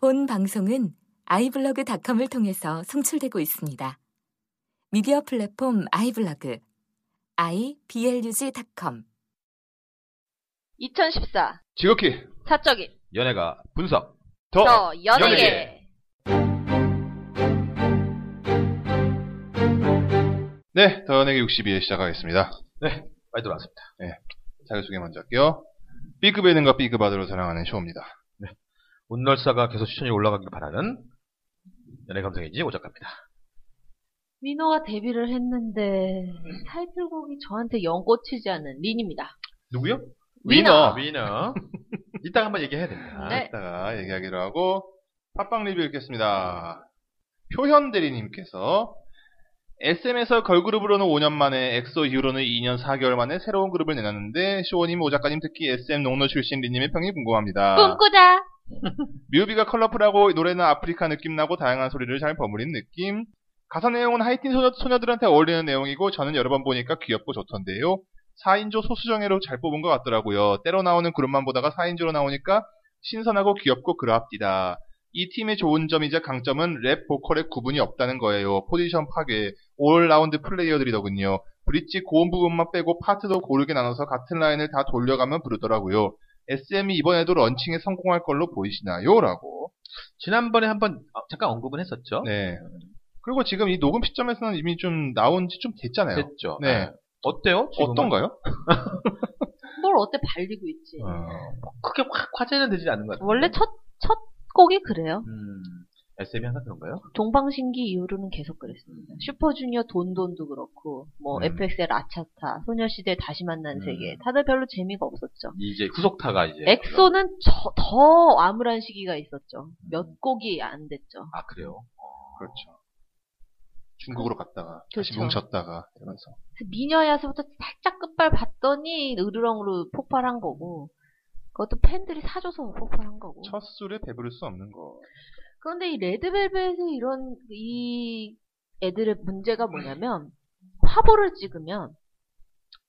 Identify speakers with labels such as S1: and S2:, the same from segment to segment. S1: 본 방송은 아이블로그닷컴을 통해서 송출되고 있습니다. 미디어 플랫폼 아이블로그 iblog.com
S2: 2014
S3: 지극히
S2: 사적인
S3: 연예가 분석
S2: 더,
S3: 더, 어, 연예계.
S2: 연예계
S3: 네, 더 연예계 62회 시작하겠습니다.
S4: 네,
S3: 네,
S4: 많이 들어왔습니다.
S3: 자기소개 먼저 할게요. B급 예능과 B급 아들로 사랑하는 쇼입니다.
S4: 운널사가 네, 계속 추천이 올라가길 바라는 연예 감성이지 오작가입니다.
S2: 민호가 데뷔를 했는데 타이틀곡이 저한테 연꽃이지 않은 린입니다.
S4: 누구요?
S2: 위너.
S4: 위너. 이따 한번 얘기해야 됩니다.
S2: 네.
S3: 이따가 얘기하기로 하고 팟빵 리뷰 읽겠습니다. 표현 대리님께서 SM에서 걸그룹으로는 5년 만에 엑소 이후로는 2년 4개월 만에 새로운 그룹을 내놨는데 쇼님 오 작가님 특히 SM 농노 출신 리님의 평이 궁금합니다.
S2: 꿈꾸자.
S3: 뮤비가 컬러풀하고 노래는 아프리카 느낌 나고 다양한 소리를 잘 버무린 느낌. 가사 내용은 하이틴 소녀, 들한테 어울리는 내용이고 저는 여러 번 보니까 귀엽고 좋던데요. 4인조 소수정예로 잘 뽑은 것 같더라고요. 때로 나오는 그룹만 보다가 4인조로 나오니까 신선하고 귀엽고 그러합디다. 이 팀의 좋은 점이자 강점은 랩 보컬의 구분이 없다는 거예요. 포지션 파괴, 올라운드 플레이어들이더군요. 브릿지 고음 부분만 빼고 파트도 고르게 나눠서 같은 라인을 다 돌려가면 부르더라고요. SM이 이번에도 런칭에 성공할 걸로 보이시나요? 라고.
S4: 지난번에 한번 어, 잠깐 언급은 했었죠.
S3: 네. 그리고 지금 이 녹음 시점에서는 이미 좀 나온 지 좀 됐잖아요.
S4: 됐죠.
S3: 네.
S4: 어때요? 지금은?
S3: 어떤가요?
S2: 뭘 어때 발리고 있지.
S3: 아,
S4: 크게 확 화제는 되지 않는 것 같아요.
S2: 원래 첫, 첫 곡이 그래요.
S4: 음, SM이 항상 그런가요?
S2: 동방신기 이후로는 계속 그랬습니다. 슈퍼주니어 돈돈도 그렇고, 뭐
S4: 음.
S2: FX의 라차타, 소녀시대 다시 만난
S4: 음.
S2: 세계, 다들 별로 재미가 없었죠.
S4: 이제 후속타가 이제
S2: 네.
S3: 예,
S2: 엑소는 저- 더 암울한 시기가 있었죠.
S3: 음.
S2: 몇 곡이 안 됐죠.
S4: 아 그래요.
S3: 그렇죠. 중국으로 갔다가 다시
S2: 그렇죠.
S3: 뭉쳤다가 이러면서.
S2: 그래서 미녀야서부터 살짝 끝발 봤더니 으르렁으로 폭발한 거고, 그것도 팬들이 사줘서 폭발한 거고.
S3: 첫 술에 배부를 수 없는 거.
S2: 그런데 이 레드벨벳의 이런 이 애들의 문제가 뭐냐면 화보를 찍으면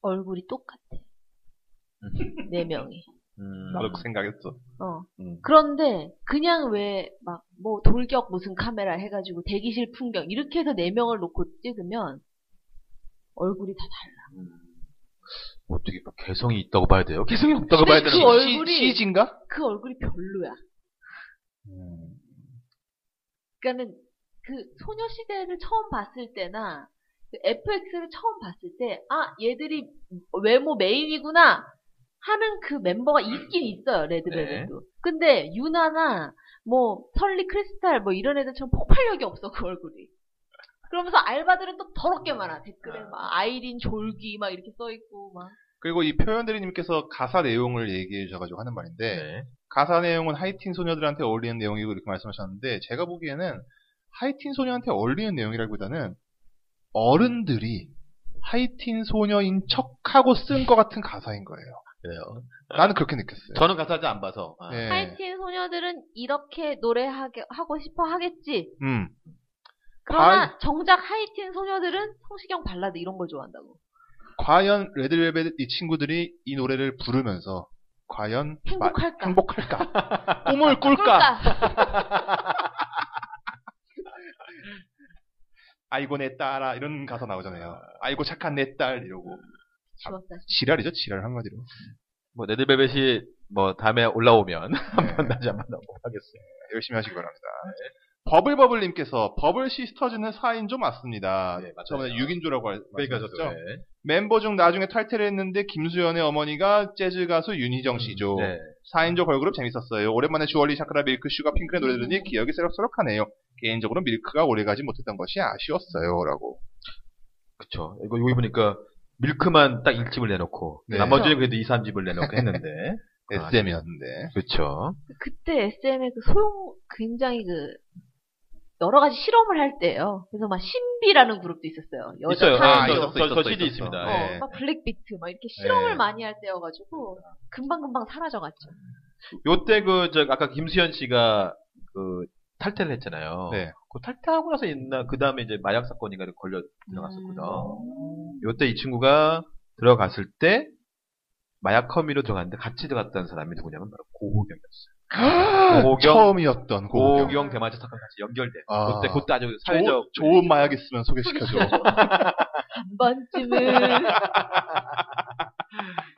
S2: 얼굴이 똑같아. 네 명이.
S4: 음,
S3: 나도 그 생각했어.
S2: 어.
S4: 음.
S2: 그런데 그냥 왜 막 뭐 돌격 무슨 카메라 해가지고 대기실 풍경 이렇게 해서 네 명을 놓고 찍으면 얼굴이 다 달라.
S4: 어떻게 뭐 개성이 있다고 봐야 돼요? 개성이 없다고
S2: 근데
S4: 봐야
S2: 그
S4: 되는 거.
S2: 얼굴이-
S3: 시진가?
S2: 그 얼굴이 별로야. 어-
S4: 음.
S2: 그러니까는 그 소녀시대를 처음 봤을 때나 FX를 처음 봤을 때, 아, 얘들이 외모 메인이구나! 하는 그 멤버가 있긴 있어요, 레드벨벳도. 근데, 유나나, 뭐, 설리 크리스탈, 뭐, 이런 애들처럼 폭발력이 없어, 그 얼굴이. 그러면서 알바들은 또 더럽게 많아, 댓글에 막. 아이린, 졸기, 막 이렇게 써있고, 막.
S3: 그리고 이 표현대리님께서 가사 내용을 얘기해 주셔가지고 하는 말인데
S4: 네.
S3: 가사 내용은 하이틴 소녀들한테 어울리는 내용이고 이렇게 말씀하셨는데 제가 보기에는 하이틴 소녀한테 어울리는 내용이라기보다는 어른들이 하이틴 소녀인 척하고 쓴 것 같은 가사인 거예요.
S4: 그래요.
S3: 나는 그렇게 느꼈어요.
S4: 저는 가사지 안 봐서. 아,
S3: 네.
S2: 하이틴 소녀들은 이렇게 노래하게, 하고 싶어 하겠지.
S3: 음.
S2: 그러나, 정작 하이틴 소녀들은 성시경 발라드 이런 걸 좋아한다고.
S3: 과연 레드벨벳 이 친구들이 이 노래를 부르면서 과연 마-
S2: 행복할까?
S3: 행복할까? 꿈을 꿀까?
S2: 그러니까
S3: 아이고 내 딸아 이런 가사 나오잖아요. 아이고 착한 내 딸 이러고
S2: 좋았다.
S3: 지랄이죠 지랄 한마디로.
S4: 뭐 네드벨벳이 뭐 다음에 올라오면
S3: 네.
S4: 다시 한번 언급하겠어요. 네.
S3: 열심히 하시기 바랍니다. 버블버블님께서 버블 시스터즈는 4인조 맞습니다.
S4: 네, 맞아요.
S3: 처음에 6인조라고 말씀하셨죠?
S4: 네.
S3: 멤버 중 나중에 탈퇴를 했는데 김수현의 어머니가 재즈 가수 윤희정 씨죠.
S4: 네.
S3: 4인조 걸그룹 재밌었어요. 오랜만에 주얼리 샤크라 밀크 슈가 핑크의 노래 들으니 기억이 새록새록하네요. 개인적으로 밀크가 오래가지 못했던 것이 아쉬웠어요. 라고.
S4: 그쵸. 이거 여기 보니까 밀크만 딱 1집을 내놓고
S3: 네. E.
S4: 나머지는 그래도 2, 3집을 내놓고 했는데 아,
S3: SM이었는데.
S4: 그쵸.
S2: 그때 SM의 그 소용 굉장히 그 여러 가지 실험을 할 때예요. 그래서 막 신비라는 그룹도 있었어요. 여자
S4: 있어요.
S3: 아,
S2: 타이거.
S3: 있었어,
S4: 저- 저
S3: 있었어,
S4: CD
S3: 있었어.
S4: 있습니다. 예.
S2: 어,
S3: 네.
S2: 막 블랙비트 막 이렇게 실험을
S3: 네.
S2: 많이 할 때여가지고 금방 금방 사라져갔죠.
S4: 요때 그, 저, 아까 김수현 씨가 그 탈퇴를 했잖아요.
S3: 네.
S4: 그 탈퇴하고 나서 옛날, 그 다음에 이제 마약 사건인가 이렇게 걸려 들어갔었거든.
S3: 음.
S2: 음,
S4: 요때 이 친구가 들어갔을 때 마약 혐의로 들어갔는데 같이 들어갔다는 사람이 누구냐면 바로 고호경이었어요. 고경.
S3: 아, 처음이었던 고경.
S4: 고경 대마초 사건 같이 연결돼.
S3: 아.
S4: 그때 그때 아주
S3: 좋은-
S4: 사회적
S3: 좋은 마약 있으면 소개시켜줘.
S2: 한 번쯤은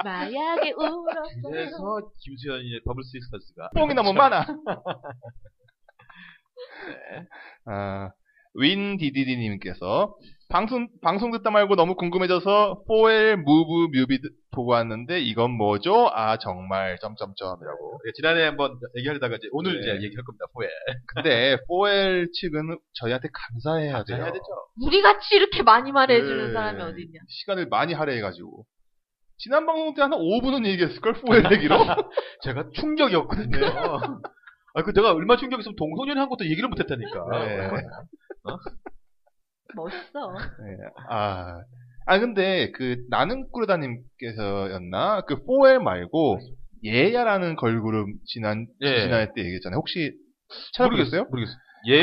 S2: 마약에 울었어요.
S4: 그래서 김수현이 더블 시스터즈가
S3: 뽕이 너무 많아.
S4: 네.
S3: 아, 윈디디디님께서 방송 방송 듣다 말고 너무 궁금해져서 4L 무브 뮤비 드- 보고 왔는데 이건 뭐죠? 아 정말 점점점이라고.
S4: 예, 지난해 한번 얘기하려다가 이제 오늘
S3: 네.
S4: 이제 얘기할 겁니다. 포에
S3: 근데 4L 측은 저희한테 감사해야 돼요.
S4: 해야 되죠.
S2: 우리같이 이렇게 많이 말해주는
S3: 네.
S2: 사람이 어딨냐.
S3: 시간을 많이 할애해가지고 지난 방송 때 한 5분은 얘기했을걸 4L 얘기로.
S4: 제가 충격이었거든요. 아, 그 내가 얼마 충격했으면 동소년 한 것도 얘기를 못했다니까.
S3: 네.
S2: 멋있어.
S3: 아, 아 근데 그 나는 꾸르다님께서였나 그 4L 말고 예야라는 걸그룹 지난
S4: 예.
S3: 지난해 때 얘기했잖아요. 혹시
S4: 모르겠어요?
S3: 찾아보겠어요?
S4: 모르겠어요.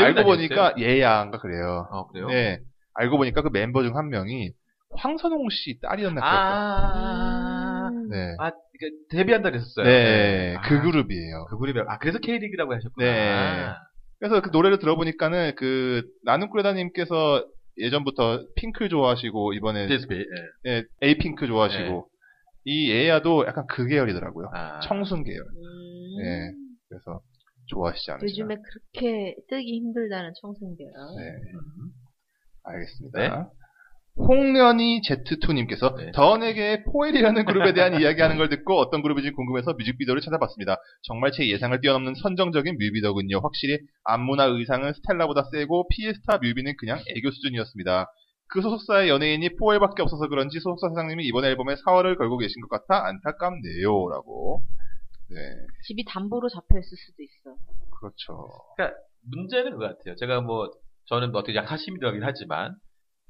S3: 알고 보니까 예야인가 그래요.
S4: 아 그래요?
S3: 네, 알고 보니까 그 멤버 중 한 명이 황선홍 씨 딸이었나 그랬어요.
S4: 아,
S2: 음.
S3: 네,
S4: 아, 그러니까 데뷔한다 그랬었어요.
S3: 네, 그
S4: 아,
S3: 그룹이에요.
S4: 그 그룹이 아 그래서 K리그라고 하셨구나.
S3: 네. 그래서 그 노래를 들어보니까는 그 나는 꾸르다님께서 예전부터 핑크 좋아하시고 이번에
S4: DSP. 예.
S3: 네, 에이핑크 좋아하시고
S4: 네.
S3: 이 예야도 약간 그 계열이더라고요.
S4: 아.
S3: 청순 계열.
S2: 음.
S3: 네. 그래서 좋아하시지 않으시나
S2: 요즘에 그렇게 뜨기 힘들다는 청승계야.
S3: 네. 알겠습니다.
S4: 네.
S3: 홍련이 Z2님께서
S4: 네.
S3: 더 내게 포엘이라는 그룹에 대한 이야기하는 걸 듣고 어떤 그룹인지 궁금해서 뮤직비디오를 찾아봤습니다. 정말 제 예상을 뛰어넘는 선정적인 뮤비더군요. 확실히 안무나 의상은 스텔라보다 세고 피에스타 뮤비는 그냥 애교 수준이었습니다. 그 소속사의 연예인이 포엘밖에 없어서 그런지 소속사 사장님이 이번 앨범에 사활을 걸고 계신 것 같아 안타깝네요. 라고. 네,
S2: 집이 담보로 잡혀있을 수도 있어.
S3: 그렇죠.
S4: 문제는 그거 같아요. 제가 뭐 저는 뭐 어떻게 약하심이라긴 하지만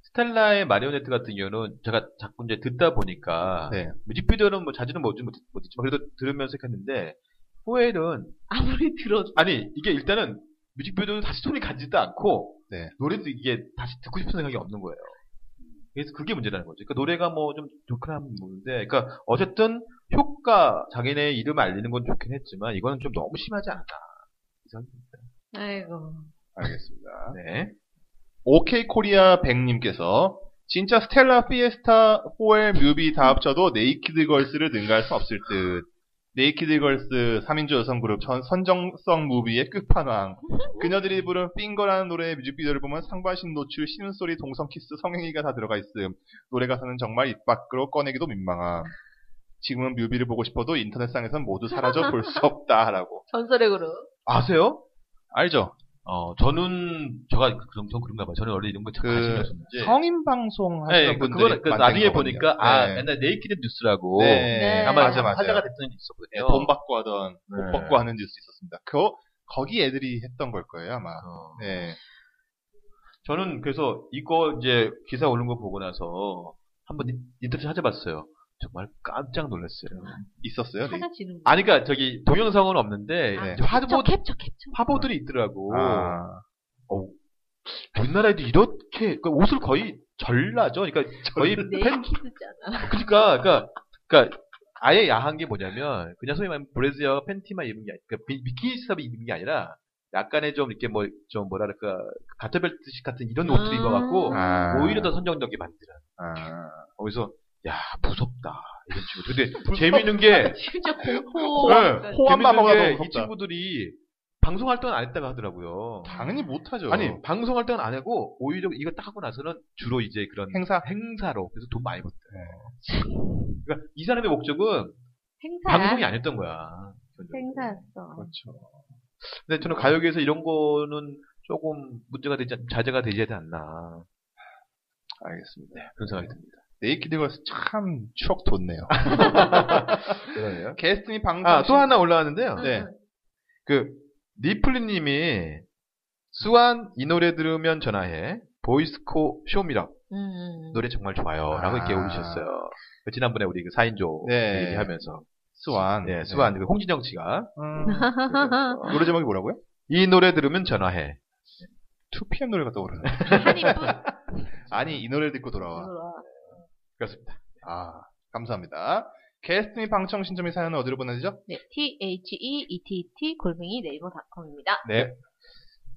S4: 스텔라의 마리오네트 같은 경우는 제가 자꾸 이제 듣다 보니까
S3: 네.
S4: 뮤직비디오는 뭐 자주는 보지 못- 못했지만 그래도 들으면서 했는데 호엘은
S2: 아무리 들어도.
S4: 아니 이게 일단은 뮤직비디오는 다시 손이 가지도 않고
S3: 네.
S4: 노래도 이게 다시 듣고 싶은 생각이 없는 거예요. 그래서 그게 문제라는 거죠. 그러니까 노래가 뭐 좀 좋긴 하면 모르는데, 그러니까 어쨌든 효과 자기네 이름 알리는 건 좋긴 했지만 이거는 좀 너무 심하지 않나 이 생각입니다.
S2: 아이고.
S3: 알겠습니다.
S4: 네.
S3: 오케이 코리아 백님께서 진짜 스텔라 피에스타 호엘 뮤비 다 합쳐도 네이키드 걸스를 능가할 수 없을 듯. 네이키드 걸스 3인조 여성 그룹 전 선정성 무비의 끝판왕. 그녀들이 부른 핑거라는 노래의 뮤직비디오를 보면 상반신 노출, 신음소리, 동성 키스, 성행위가 다 들어가 있음. 노래 가사는 정말 입 밖으로 꺼내기도 민망함. 지금은 뮤비를 보고 싶어도 인터넷상에선 모두 사라져 볼 수 없다라고.
S2: 전설의 그룹.
S4: 아세요?
S3: 알죠?
S4: 어, 저는, 제가, 그런, 전 그런가 봐요. 저는 원래 이런 거참
S3: 그
S4: 관심이 없었는지.
S3: 성인 방송 하시는
S4: 네, 그,
S3: 분들이
S4: 그거는, 그,
S3: 만든
S4: 나중에
S3: 거거든요.
S4: 보니까, 아,
S3: 네.
S4: 옛날 네이키드 뉴스라고.
S3: 네.
S2: 네.
S4: 아마
S3: 맞아, 맞아.
S4: 화제가 됐던 일이 있었거든요.
S3: 예, 돈 받고 하던,
S4: 네.
S3: 못 받고 하는 뉴스 있었습니다. 그, 거기 애들이 했던 걸 거예요, 아마.
S4: 어.
S3: 네.
S4: 저는 그래서 이거 이제 기사 오른 거 보고 나서 한번 인- 인터넷 찾아봤어요. 정말 깜짝 놀랐어요.
S3: 있었어요. 네.
S2: 찾아지는 거.
S4: 아니, 그러니까 그니까 저기 동영상은 없는데,
S3: 네.
S4: 이제 화보,
S2: 캡처, 캡처, 캡처.
S4: 화보들이 있더라고.
S3: 아,
S4: 어우, 우리나라에도 이렇게, 그러니까 옷을 거의 전라죠. 그러니까 거의
S3: 네.
S4: 팬,
S2: 네이키드잖아.
S4: 그러니까, 그러니까, 그러니까 아예 야한 게 뭐냐면 그냥 소위 말하면 브래지어 팬티만 입은 게 아니, 그러니까 비- 비키니 스탑을 입은 게 아니라 약간의 좀 이렇게 뭐 좀 뭐랄까 가터벨트식 같은 이런 옷을
S2: 음.
S4: 입어갖고
S3: 아.
S4: 오히려 더 선정적이 만들어.
S3: 아.
S4: 거기서 야 무섭다 이런 친구. 근데 재밌는 게
S2: 진짜 공포.
S4: 네,
S2: 그러니까
S3: 호환만 하고 나도
S4: 재밌는 게 이
S3: 무섭다.
S4: 친구들이 방송할 때는 안 했다고 하더라고요.
S3: 당연히 못하죠.
S4: 아니 방송할 때는 안 하고 오히려 이거 딱 하고 나서는 주로 이제 그런
S3: 행사? 네.
S4: 행사로 그래서 돈 많이 벌대. 그러니까 이 사람의 목적은
S2: 행사야.
S4: 방송이 아니었던 거야.
S2: 행사였어.
S3: 그렇죠.
S4: 근데 저는 가요계에서 이런 거는 조금 문제가 되지, 않- 자제가 되지 않나.
S3: 알겠습니다.
S4: 그런 생각이 듭니다.
S3: 네이키드걸스 참 추억 돋네요.
S4: 그러네요.
S3: 아, 게스트님 방송.
S4: 아, 또 하나
S2: 음,
S4: 올라왔는데요.
S3: 네.
S4: 그, 리플리 님이, 수완, 이 노래 들으면 전화해. 보이스코 쇼미럽.
S2: 음.
S4: 노래 정말 좋아요. 라고 이렇게
S3: 아.
S4: 올리셨어요. 그 지난번에 우리 그 4인조
S3: 네.
S4: 얘기하면서.
S3: 수완.
S4: 네, 수완. 그 홍진영 씨가.
S3: 음, 노래 제목이 뭐라고요?
S4: 이 노래 들으면 전화해.
S3: 2PM 노래가 떠오르네.
S2: 한입뿐.
S4: 어.
S3: 아니, 이 노래를 듣고 돌아와.
S2: 들어와.
S4: 그렇습니다.
S3: 아, 감사합니다. 게스트님 방청 신청의 사연은 어디로 보내지죠?
S2: 네, e THEETT 골뱅이 네이버닷컴입니다.
S4: 네.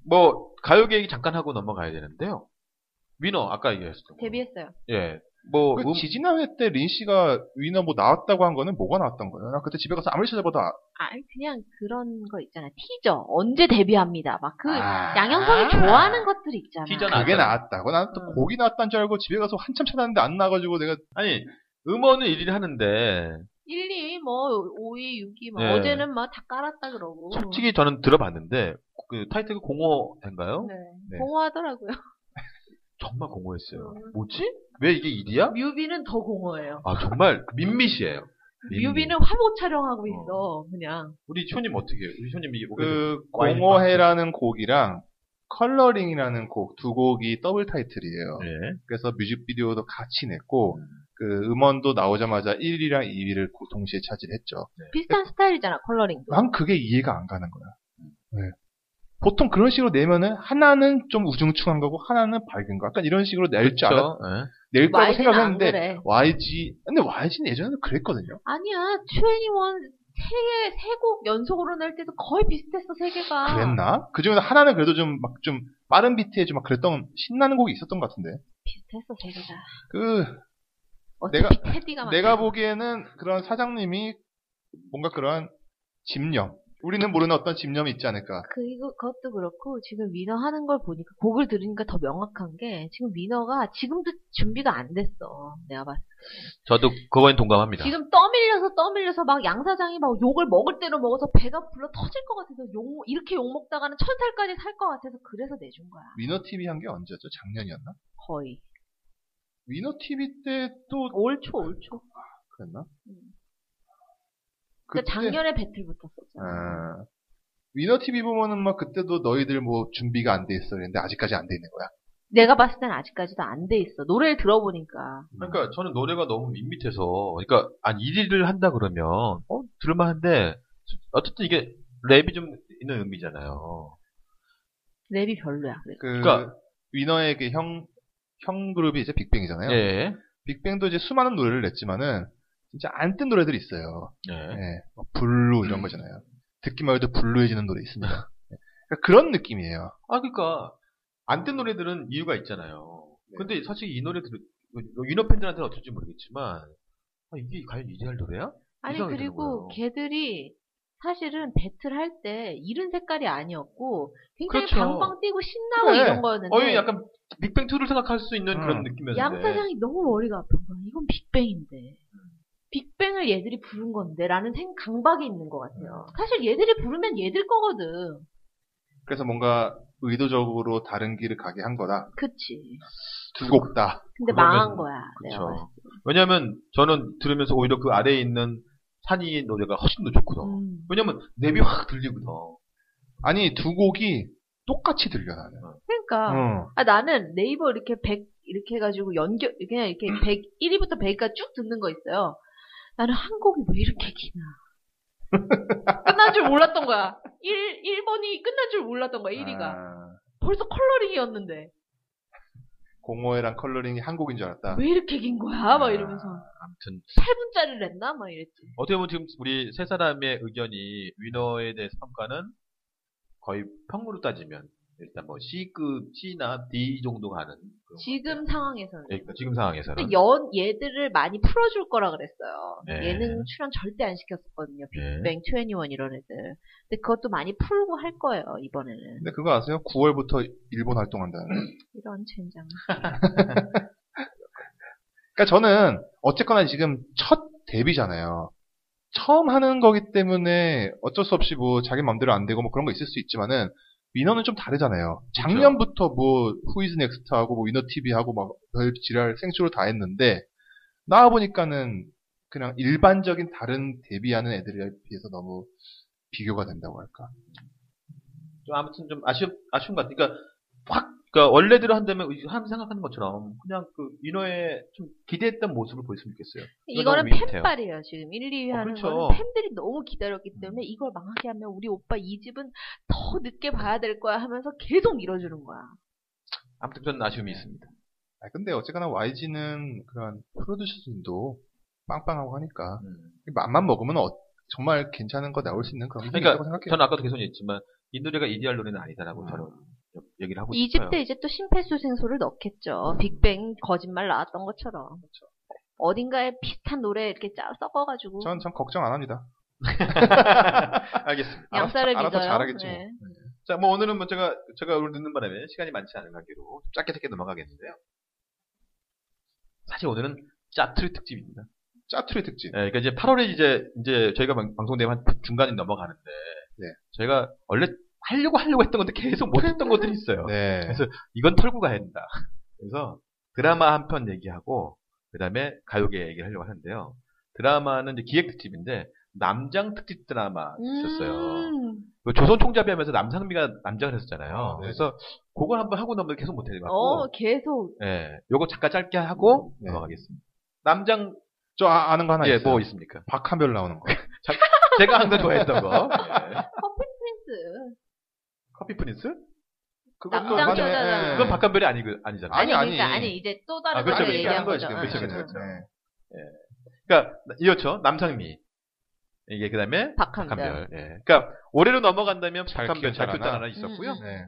S4: 뭐 가요계 얘기 잠깐 하고 넘어가야 되는데요. 위너 아까 얘기했었죠.
S2: 데뷔했어요.
S4: 예. 뭐
S3: 그
S4: 음-
S3: 지지난해 때 린 씨가 위너 뭐 나왔다고 한 거는 뭐가 나왔던 거예요? 나 그때 집에 가서 아무리 찾아봐도 아-
S2: 아, 그냥 그런 거 있잖아. 티저. 언제 데뷔합니다. 막 그
S3: 아.
S2: 양현성이 좋아하는 것들 있잖아.
S4: 티저는
S3: 그게
S4: 나왔잖아.
S3: 나왔다고? 나는 또
S2: 음.
S3: 곡이 나왔다는 줄 알고 집에 가서 한참 찾았는데 안 나와가지고 내가
S4: 아니 음원은 1위를 하는데
S2: 1, 2위, 뭐 5위, 6위, 막
S4: 네.
S2: 어제는 막 다 깔았다 그러고.
S4: 솔직히 저는 들어봤는데 그 타이틀이 공허인가요?
S2: 네.
S3: 네.
S2: 공허하더라고요.
S4: 정말 공허했어요.
S2: 음.
S4: 뭐지? 왜 이게 1위야?
S2: 뮤비는 더 공허해요.
S4: 아 정말 밋밋이에요.
S3: 네.
S4: 밋밋.
S2: 뮤비는 화보 촬영하고 있어. 그냥.
S4: 우리 쇼님 어떻게 해요? 우리 쇼님 이
S3: 그
S4: 와인
S3: 공허해라는 곡이랑 컬러링이라는 곡 두 곡이 더블 타이틀이에요.
S4: 예.
S3: 그래서 뮤직비디오도 같이 냈고 그 음원도 나오자마자 1위랑 2위를 동시에 차지했죠.
S2: 비슷한 스타일이잖아, 컬러링도.
S3: 난 그게 이해가 안 가는 거야. 네. 보통 그런 식으로 내면은 하나는 좀 우중충한 거고 하나는 밝은 거. 약간 이런 식으로 낼 줄 알았,
S4: 그렇죠. 예.
S3: 낼 거라고
S2: YG 는안
S3: 생각했는데
S2: 그래.
S3: YG 근데 YG는 예전에도 그랬거든요.
S2: 아니야, 21 세, 세곡 연속으로 낼 때도 거의 비슷했어, 세 개가.
S3: 그랬나? 그 중에서 하나는 그래도 좀 막 좀 빠른 비트에 좀 막 그랬던 신나는 곡이 있었던 것 같은데.
S2: 비슷했어, 세 개가.
S3: 그
S2: 어차피
S3: 내가-
S2: 테디가 만든
S3: 내가
S2: 거야.
S3: 보기에는 그런 사장님이 뭔가 그런 집념, 우리는 모르는 어떤 집념이 있지 않을까.
S2: 그리고 그것도 그렇고 지금 위너 하는 걸 보니까 곡을 들으니까 더 명확한 게 지금 위너가 지금도 준비가 안 됐어. 내가 봤을 때.
S4: 저도 그거엔 동감합니다.
S2: 지금 떠밀려서 떠밀려서 막 양사장이 막 욕을 먹을 대로 먹어서 배가 불러 터질 것 같아서 욕 이렇게 욕 먹다가는 천살까지 살 것 같아서 그래서 내준 거야.
S3: 위너 TV 한 게 언제였죠? 작년이었나?
S2: 거의
S3: 위너 TV 때 또
S2: 올 초 올초.
S3: 그랬나?
S2: 음.
S3: 그때-
S2: 그러니까 작년에 배틀 붙었었잖아.
S3: 아, 위너 TV 보면은 막 그때도 너희들 뭐 준비가 안 돼 있어 그랬는데 아직까지 안 돼 있는 거야.
S2: 내가 봤을 땐 아직까지도 안 돼 있어. 노래를 들어보니까.
S4: 그러니까 저는 노래가 너무 밋밋해서 그러니까 안 1위를 한다 그러면 어 들을만한데 어쨌든 이게 랩이 좀 있는 음이잖아요.
S2: 랩이 별로야. 그래서.
S3: 그
S4: 그러니까-
S3: 위너의 그 형, 형 그룹이 이제 빅뱅이잖아요.
S4: 예.
S3: 빅뱅도 이제 수많은 노래를 냈지만은 진짜 안 뜬 노래들이 있어요.
S4: 예. 음.
S3: 예, 뭐 블루 이런 거잖아요. 듣기만 해도 블루해지는 노래 있습니다. 예. 그러니까 그런 느낌이에요.
S4: 아 그러니까 안 뜬 노래들은 이유가 있잖아요. 근데 사실 이 노래 들을 유노 팬들한테는 어떨지 모르겠지만 아, 이게 과연 이해할 노래야?
S2: 아니
S4: 이상하게
S2: 그리고
S4: 되는 거예요.
S2: 걔들이 사실은 배틀할 때 이른 색깔이 아니었고 굉장히
S4: 그렇죠.
S2: 방방 뛰고 신나고
S4: 그래.
S2: 이런 거였는데
S4: 어이 약간 빅뱅 2를 생각할 수 있는
S3: 음.
S4: 그런 느낌이었는데.
S2: 양사장이 너무 머리가 아픈 거야. 이건 빅뱅인데. 빅뱅을 얘들이 부른 건데라는 생 강박이 있는 것 같아요.
S4: 음.
S2: 사실 얘들이 부르면 얘들 거거든.
S3: 그래서 뭔가 의도적으로 다른 길을 가게 한 거다.
S2: 그치.
S3: 두곡다.
S2: 근데
S4: 그거는-
S2: 망한 거야. 내가 봤을
S4: 그렇죠. 왜냐하면 저는 들으면서 오히려 그 아래에 있는 산이 노래가 훨씬 더
S2: 때.
S4: 좋거든.
S2: 음.
S4: 왜냐면 랩이 확 들리거든.
S3: 아니 두 곡이 똑같이 들려 나는.
S2: 그러니까
S4: 음.
S3: 어.
S2: 아, 나는 네이버 이렇게 100, 이렇게 해가지고 연결, 그냥 이렇게
S4: 음.
S2: 100, 1위부터 100까지 쭉 듣는 거 있어요. 나는 한 곡이 왜 이렇게 기나. 끝난 줄 몰랐던 거야. 1, 1번이 끝난 줄 몰랐던 거야, 1위가.
S3: 아,
S2: 벌써 컬러링이었는데.
S3: 공허해랑 컬러링이 한 곡인 줄 알았다.
S2: 왜 이렇게 긴 거야? 막 이러면서.
S4: 아. 아무튼
S2: 8분짜리를 냈나? 막 이랬지.
S4: 어떻게 보면 지금 우리 세 사람의 의견이 위너에 대해서 평가는 거의 평으로 따지면 일단 뭐 C급, C나 D 정도 가는. 그런
S2: 지금 상황에서는.
S4: 것 같아요. 그러니까 지금 상황에서는.
S2: 근데 연, 얘들을 많이 풀어줄 거라 그랬어요.
S4: 네.
S2: 예능 출연 절대 안 시켰었거든요.
S4: 예.
S2: 뱅, 21 이런 애들. 근데 그것도 많이 풀고 할 거예요, 이번에는.
S3: 근데 그거 아세요? 9월부터 일본 활동한다는.
S2: 이런 젠장.
S3: 그러니까 저는 어쨌거나 지금 첫 데뷔잖아요. 처음 하는 거기 때문에 어쩔 수 없이 뭐 자기 마음대로 안 되고 뭐 그런 거 있을 수 있지만은 위너는 좀 다르잖아요. 작년부터 뭐 후이즈 넥스트하고 뭐 위너 TV하고 막 별 지랄 생수로 다 했는데 나와 보니까는 그냥 일반적인 다른 데뷔하는 애들에 비해서 너무 비교가 된다고 할까.
S4: 좀 아무튼 좀 아쉬운 아쉬운 것 같아. 그러니까 확 그러니까 원래대로 한다면 사람 생각하는 것처럼 그냥 그 위너의 좀 기대했던 모습을 보였으면 좋겠어요.
S2: 이거는
S4: 너무 밋밋해요.
S2: 팬빨이에요 지금 1, 2위
S4: 어,
S2: 하는
S4: 그렇죠. 음.
S2: 거는 팬들이 너무 기다렸기 때문에 이걸 망하게 하면 우리 오빠 이 집은 더 늦게 봐야 될 거야 하면서 계속 밀어주는 거야. 네.
S4: 아무튼 그런 아쉬움이 있습니다.
S3: 아, 근데 어쨌거나 YG는 그런 프로듀싱도 빵빵하고 하니까
S4: 음.
S3: 맛만 먹으면 어- 정말 괜찮은 거 나올 수 있는 그런 게
S4: 그러니까
S3: 있다고 생각해요.
S4: 저는 아까도 계속 얘기했지만 이 노래가 이디얼 노래는 아니다라고 저는 얘기를 하고
S2: 이
S4: 싶어요.
S2: 집도 이제 또 심폐소생술을 넣겠죠. 빅뱅 거짓말 나왔던 것처럼.
S4: 그렇죠.
S2: 어딘가에 비슷한 노래 이렇게 짜 섞어가지고
S3: 전, 전 걱정 안 합니다. 알겠습니다.
S2: 양쌀을
S3: 알아서,
S2: 믿어요.
S3: 알아서 잘하겠지. 뭐.
S2: 네.
S4: 자, 뭐 오늘은 뭐 제가 제가 오늘 늦는 바람에 시간이 많지 않은 관계로 좀 짧게 짧게 넘어가겠는데요. 사실 오늘은 짜투리 특집입니다.
S3: 짜투리 특집.
S4: 예, 그러니까 이제 8월에 이제 이제 저희가 방- 방송되면 한 중간에 넘어가는데
S3: 네.
S4: 저희가 원래 하려고 하려고 했던 건데 계속 못했던 것들이 있어요.
S3: 네.
S4: 그래서 이건 털고 가야 된다. 그래서 드라마 한 편 얘기하고 그다음에 가요계 얘기를 하려고 하는데요. 드라마는 이제 기획 특집인데 남장 특집 드라마 있었어요.
S2: 음.
S4: 그 조선 총잡이 하면서 남상미가 남장을 했었잖아요.
S3: 아, 네.
S4: 그래서 그걸 한번 하고 넘어 계속 못해
S2: 어,
S4: 갖고
S2: 계속.
S4: 예. 요거 잠깐 짧게 하고
S3: 네.
S4: 넘어가겠습니다. 남장
S3: 저 아, 는거 하나
S4: 예,
S3: 있어요.
S4: 뭐 있습니까?
S3: 박한별 나오는 거.
S4: 제가 항상 좋아했던 거. 예.
S2: 커피 프린스.
S4: 커피 프린스?
S3: 네. 그것도
S2: 남장
S3: 맞네.
S2: 여자잖아.
S3: 예.
S4: 그건 박한별이 아니 그 아니잖아요.
S3: 아니, 아니.
S2: 그러니까 아니, 이제 또 다른
S4: 아, 그렇죠.
S2: 거를
S4: 그렇게
S2: 얘기한
S4: 하는 거예요,
S2: 거죠.
S4: 지금.
S2: 아,
S4: 그렇죠,
S2: 아,
S4: 그렇죠.
S2: 아.
S3: 네.
S4: 그러니까 이었죠. 남상미. 이게 그다음에
S2: 아, 박한별.
S4: 박한별. 예. 그러니까 올해로 넘어간다면
S3: 잘 키운
S4: 박한별 잘표단
S3: 하나.
S4: 하나 있었고요.
S2: 음, 음.
S3: 네.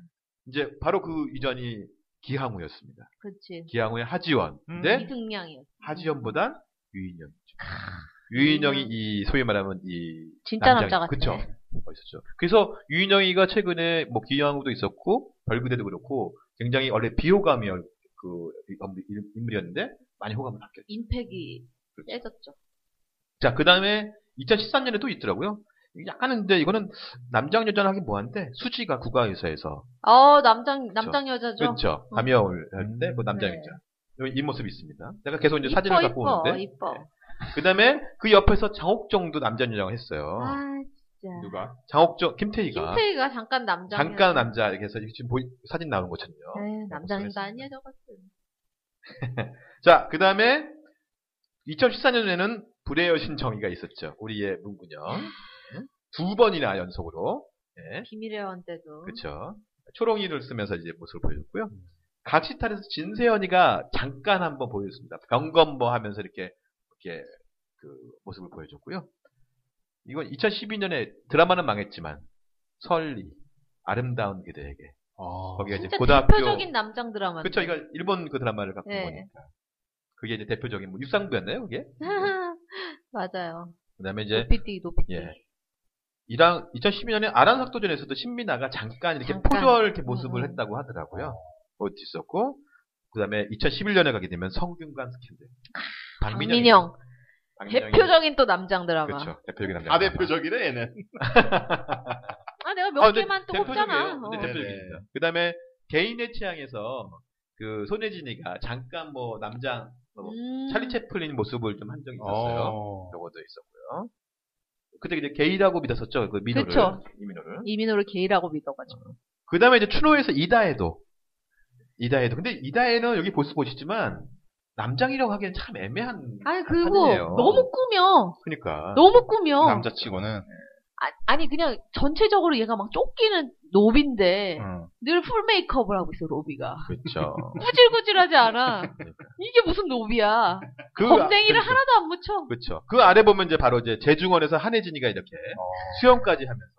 S4: 이제 바로 그 이전이 기항우였습니다.
S2: 그렇지.
S4: 기항우의 하지원. 근데
S3: 음.
S2: 이등량이요.
S4: 네? 하지연보단 유인영이죠. 유인영이 이 소위 말하면 이
S2: 진짜 남자 같아.
S4: 그쵸 뭐 멋있었죠. 그래서 유인영이가 최근에 뭐 기영하고도 있었고 벌그대도 그렇고 굉장히 원래 비호감이었 그 이- 인물이었는데 많이 호감을 받겠죠.
S2: 임팩이
S4: 그렇죠.
S2: 깨졌죠.
S4: 자 그다음에 2013년에 또 있더라고요. 약간은 근데 이거는 남장 여자는 하긴 뭐한데 수지가 국가유사에서
S2: 어, 남장, 남장 여자죠.
S4: 그렇죠.
S2: 음.
S4: 감염을 할때 뭐 남장
S2: 네.
S4: 여자 여기 이 모습이 있습니다. 내가 계속 이제
S2: 이뻐,
S4: 사진을 갖고
S2: 이뻐,
S4: 오는데 네.
S2: 이뻐.
S4: 그다음에 그 옆에서 장옥정도 남자 여장을 했어요.
S2: 아, 진짜.
S3: 누가?
S4: 장옥정 김태희가
S2: 김태희가 잠깐 남장.
S4: 잠깐 남자 이렇게 해서 지금 보이- 사진 나오는 것처럼요.
S2: 에 네, 남장인 거
S4: 어, 그랬습니다.
S2: 아니야, 저것은.
S4: 자, 그 다음에 2014년에는 불의 여신 정의가 있었죠. 우리의 문군요. 두 번이나 연속으로. 예.
S2: 비밀의 왕 때도.
S4: 그쵸. 초롱이를 쓰면서 이제 모습을 보여줬고요. 각시탈에서 진세현이가 잠깐 한번 보여줬습니다. 병건보 하면서 이렇게, 이렇게 그 모습을 보여줬고요. 이건 2012년에 드라마는 망했지만, 설리, 아름다운 그대에게. 거기가 이제
S2: 진짜
S4: 고등학교.
S2: 대표적인 남장 드라마.
S4: 그쵸, 이거 일본 그 드라마를 갖고
S2: 네.
S4: 온 거니까. 그게 이제 대표적인, 뭐, 육상부였나요, 그게?
S2: 맞아요.
S4: 그 다음에 이제,
S2: 높이뛰기, 높이뛰기.
S4: 예. 이랑 2012년에 아란학도전에서도 신민아가 잠깐 이렇게
S2: 잠깐.
S4: 포절 이렇게 모습을
S2: 음, 음.
S4: 했다고 하더라고요. 그것도 있었고, 그 다음에 2011년에 가게 되면 성균관 스캔들.
S2: 아, 박민영.
S4: 박민영이-
S2: 대표적인 또 남장 드라마.
S4: 그쵸. 대표적인 남자.
S3: 아 대표적이래 얘는.
S2: 아, 내가 몇
S4: 아, 근데
S2: 개만 또
S4: 대표적이에요.
S2: 꼽잖아.
S4: 근데
S2: 어.
S3: 대표-
S4: 대표적입니다. 그 다음에 개인의 취향에서 그 손예진이가 잠깐 뭐 남장, 뭐
S2: 음.
S4: 찰리 채플린 모습을 좀 한 적이 있었어요.
S3: 어.
S4: 요거도 있었고요. 그때 이제 게이라고 믿었었죠. 그 민호를.
S2: 그쵸.
S4: 이민호를.
S2: 이민호를 게이라고 믿어가지고.
S4: 그 다음에 이제 추노에서 이다혜도. 이다혜도. 근데 이다혜는 여기 보스 보시지만, 남장이라고 하기엔 참 어. 애매한.
S2: 아니, 그리고
S4: 사진이에요. 아,
S2: 너무 꾸며.
S4: 그니까.
S2: 너무 꾸며.
S3: 어. 남자치고는.
S2: 아, 니 그냥 전체적으로 얘가 막 쫓기는
S4: 네.
S2: 노비인데,
S3: 음.
S2: 늘 풀메이크업을 하고 있어, 로비가.
S4: 그렇죠.
S2: 꾸질꾸질하지 않아. 이게 무슨 노비야.
S4: 그러니까. 그,
S2: 겁쟁이를
S4: 아,
S2: 하나도 안 묻혀.
S4: 그렇죠. 그 아래 보면 이제 바로 이제 재중원에서 한혜진이가 이렇게 수영까지 하면서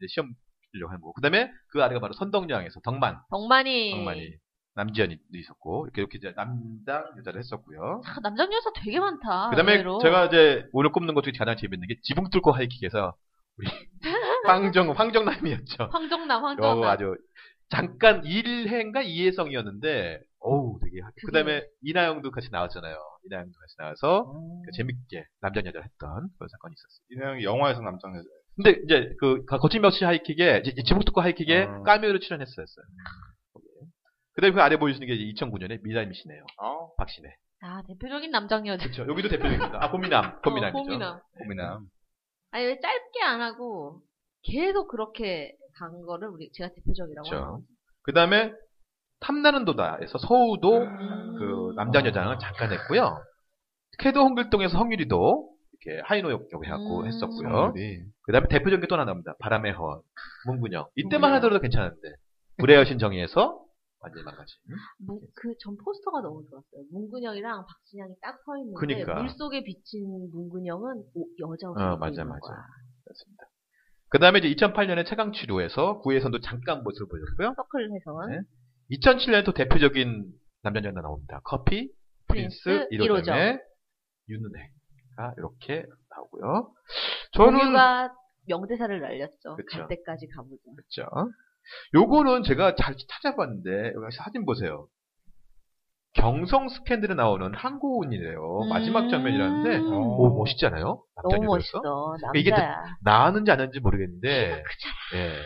S4: 이제 시험 치려고 하는 거고. 그 다음에 그 아래가 바로 선덕여왕에서 덕만.
S2: 덕만이.
S4: 덕만이. 남지연이도 있었고. 이렇게 이렇게 이제 남장 여자를 했었고요.
S2: 아, 남장 여사 되게 많다.
S4: 그다음에
S2: 아, 의외로.
S4: 제가 이제 오늘 꼽는 것 중에 가장 재밌는 게 지붕 뚫고 하이킥에서 우리 황정
S2: 아,
S4: 황정남이었죠.
S2: 황정남,
S4: 어,
S2: 황정남.
S4: 아주 잠깐 일행과 이혜성이었는데 어우 되게 하- 그다음에 이나영도 같이 나왔잖아요. 이나영도 같이 나와서 그 재밌게 남자 여자 했던 그런 사건이 있었어요.
S3: 이형 영화에서 남장 여자.
S4: 근데 이제 그 거친벽시 하이킥에 이제 지붕 뚫고 하이킥에
S3: 음.
S4: 까메오로 출연했었어요. 그다음에 그 아래 보이시는 게 2009년에 미남이시네요.
S3: 어.
S4: 박신혜.
S2: 아, 대표적인 남장 여자.
S4: 그렇죠. 여기도 대표적입니다. 아 고미남. 고미남이죠.
S2: 어, 고민함.
S3: 고민함.
S2: 아니, 왜 짧게 안 하고, 계속 그렇게 간 거를 우리, 제가 대표적이라고.
S4: 그렇죠. 그 다음에 탐나는 도다에서 서우도
S2: 음.
S4: 그 남자 여장을 잠깐 했고요. 캐도 홍길동에서 성유리도 이렇게 하이노 역역 해갖고
S2: 음.
S4: 했었고요.
S3: 성물이.
S4: 그 다음에 대표적인 게 또 하나 나옵니다. 바람의 허원, 문근영. 이때만
S2: 문근영.
S4: 하더라도 괜찮은데. 불의 여신 정의에서 완전히 망가지.
S2: 그 전 포스터가 너무 좋았어요. 문근영이랑 박진양이 딱 서 있는데
S4: 그니까.
S2: 물 속에 비친 문근영은 오- 여자 옷을
S4: 어,
S2: 입고
S4: 맞아,
S2: 있는
S4: 맞아.
S2: 거야.
S4: 그렇습니다. 그 다음에 이제 2008년에 최강 치료에서 9회에서도 잠깐 모습을 보였고요.
S2: 서클 해선
S4: 네. 2007년에 또 대표적인 남자 연나 나옵니다. 커피, 프린스,
S2: 프린스,
S4: 1호점의 윤은혜가 이렇게 나오고요. 저는
S2: 공유가 명대사를 날렸죠.
S4: 그쵸.
S2: 갈 때까지 가보자.
S4: 그렇죠. 요거는 제가 잘 찾아봤는데 여기 사진 보세요. 경성 스캔들에 나오는 한고은이래요. 어, 마지막
S2: 음.
S4: 장면이라는데
S3: 오,
S4: 오 멋있지 않아요?
S2: 너무
S4: 남자녀로서?
S2: 멋있어.
S4: 이게
S2: 남자야.
S4: 나았는지 안 했는지 모르겠는데
S2: 크잖아.
S4: 예,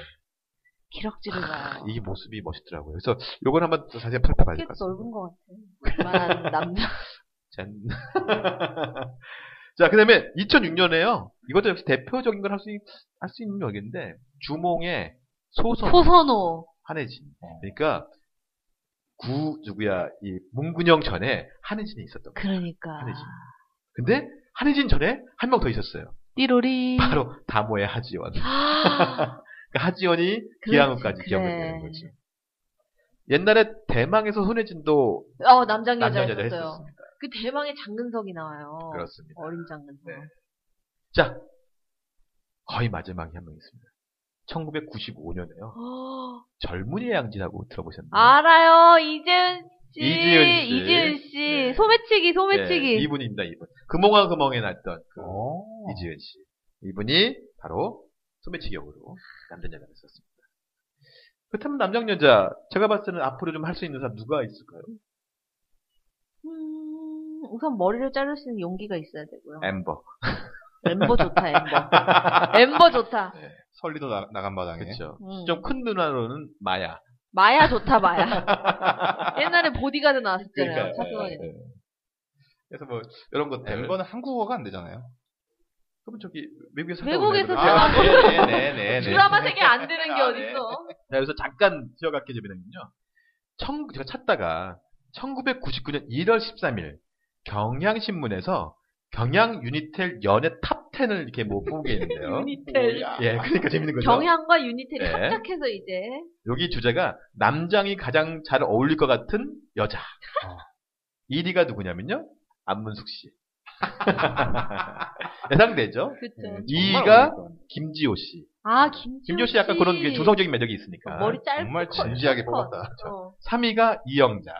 S2: 기럭지를 봐.
S4: 아, 이 모습이 멋있더라고요. 그래서 요건 한번 더 자세히 살펴봐야
S2: 꽤
S4: 될 것 같습니다.
S2: 넓은 것 같아. 웬만한 남자.
S4: 짠. 자, 그 다음에 2006년에요. 이것도 역시 대표적인 걸 할 수, 할 수 있는 여기인데, 주몽의 소선
S2: 소선호.
S4: 한혜진. 그러니까, 구, 누구야, 이, 문근영 전에 한혜진이 있었던 거예요.
S2: 그러니까.
S4: 한혜진. 근데, 한혜진 전에 한 명 더 있었어요.
S2: 띠로리.
S4: 바로 다모의 하지원.
S2: 아,
S4: 그러니까 하지원이
S2: 그렇지,
S4: 기왕후까지
S2: 그래.
S4: 기억을 내는 거지. 옛날에 대망에서 손혜진도
S2: 어, 남장
S4: 남자
S2: 여자
S4: 여자
S2: 했었어요.
S4: 했었습니다.
S2: 그 대망의 장근석이 나와요.
S4: 그렇습니다.
S2: 어린 장근석.
S4: 네. 자, 거의 마지막에 한 명 있습니다. 1995년에요.
S2: 어,
S4: 젊은이의 양지라고 들어보셨나요?
S2: 알아요. 이재은 씨.
S4: 이지은 씨.
S2: 이지은 씨.
S4: 네.
S2: 소매치기,
S4: 네,
S2: 소매치기.
S4: 이분입니다, 이분. 금홍아 금홍에 났던 그
S3: 오.
S4: 이지은 씨. 이분이 바로 소매치기 역으로 남자녀를 했었습니다. 그렇다면 남장여자, 제가 봤을 때는 앞으로 좀 할 수 있는 사람 누가 있을까요?
S2: 음, 우선 머리를 자를 수 있는 용기가 있어야 되고요.
S4: 엠버.
S2: 엠버 좋다, 엠버. 엠버 좋다.
S3: 설리도 나, 나간 마당에.
S4: 그렇죠.
S2: 음.
S4: 네. 좀 큰 누나로는 마야.
S2: 마야 좋다, 마야. 옛날에 보디가드 나왔었잖아요.
S4: 그러니까요.
S2: 차승원이.
S4: 네, 네. 그래서 뭐 이런 것들.
S3: 엠버는 한국어가 안 되잖아요.
S4: 그럼 저기 미국에서 살다
S2: 외국에서
S4: 오면은-
S2: 드라마
S4: 아, 네, 네, 네, 네, 네.
S2: 드라마 세계 안 되는 게
S4: 아,
S2: 어딨어.
S4: 자, 여기서 잠깐 튀어갈게 되면요. 청, 제가 찾다가 1999년 1월 13일 경향신문에서 경향 유니텔 연애 탑10을 이렇게 뭐 뽑은 게 있는데요.
S2: 유니텔.
S3: 뭐야.
S4: 예, 그러니까 재밌는 거죠.
S2: 경향과 유니텔이
S4: 네.
S2: 합작해서 이제
S4: 여기 주제가 남장이 가장 잘 어울릴 것 같은 여자.
S2: 어.
S4: 1위가 누구냐면요. 안문숙 씨. 예상되죠?
S2: 그쵸.
S3: 정말
S4: 이가
S3: 어려울 거야.
S4: 김지호 씨.
S2: 아 김지호
S4: 음. 김지호 씨 약간 그런 게 조성적인 매력이 있으니까.
S2: 머리 짧고
S3: 정말
S2: 컬-
S3: 진지하게
S2: 컬-
S3: 뽑았다.
S4: 그렇죠.
S2: 어.
S4: 3위가 이영자.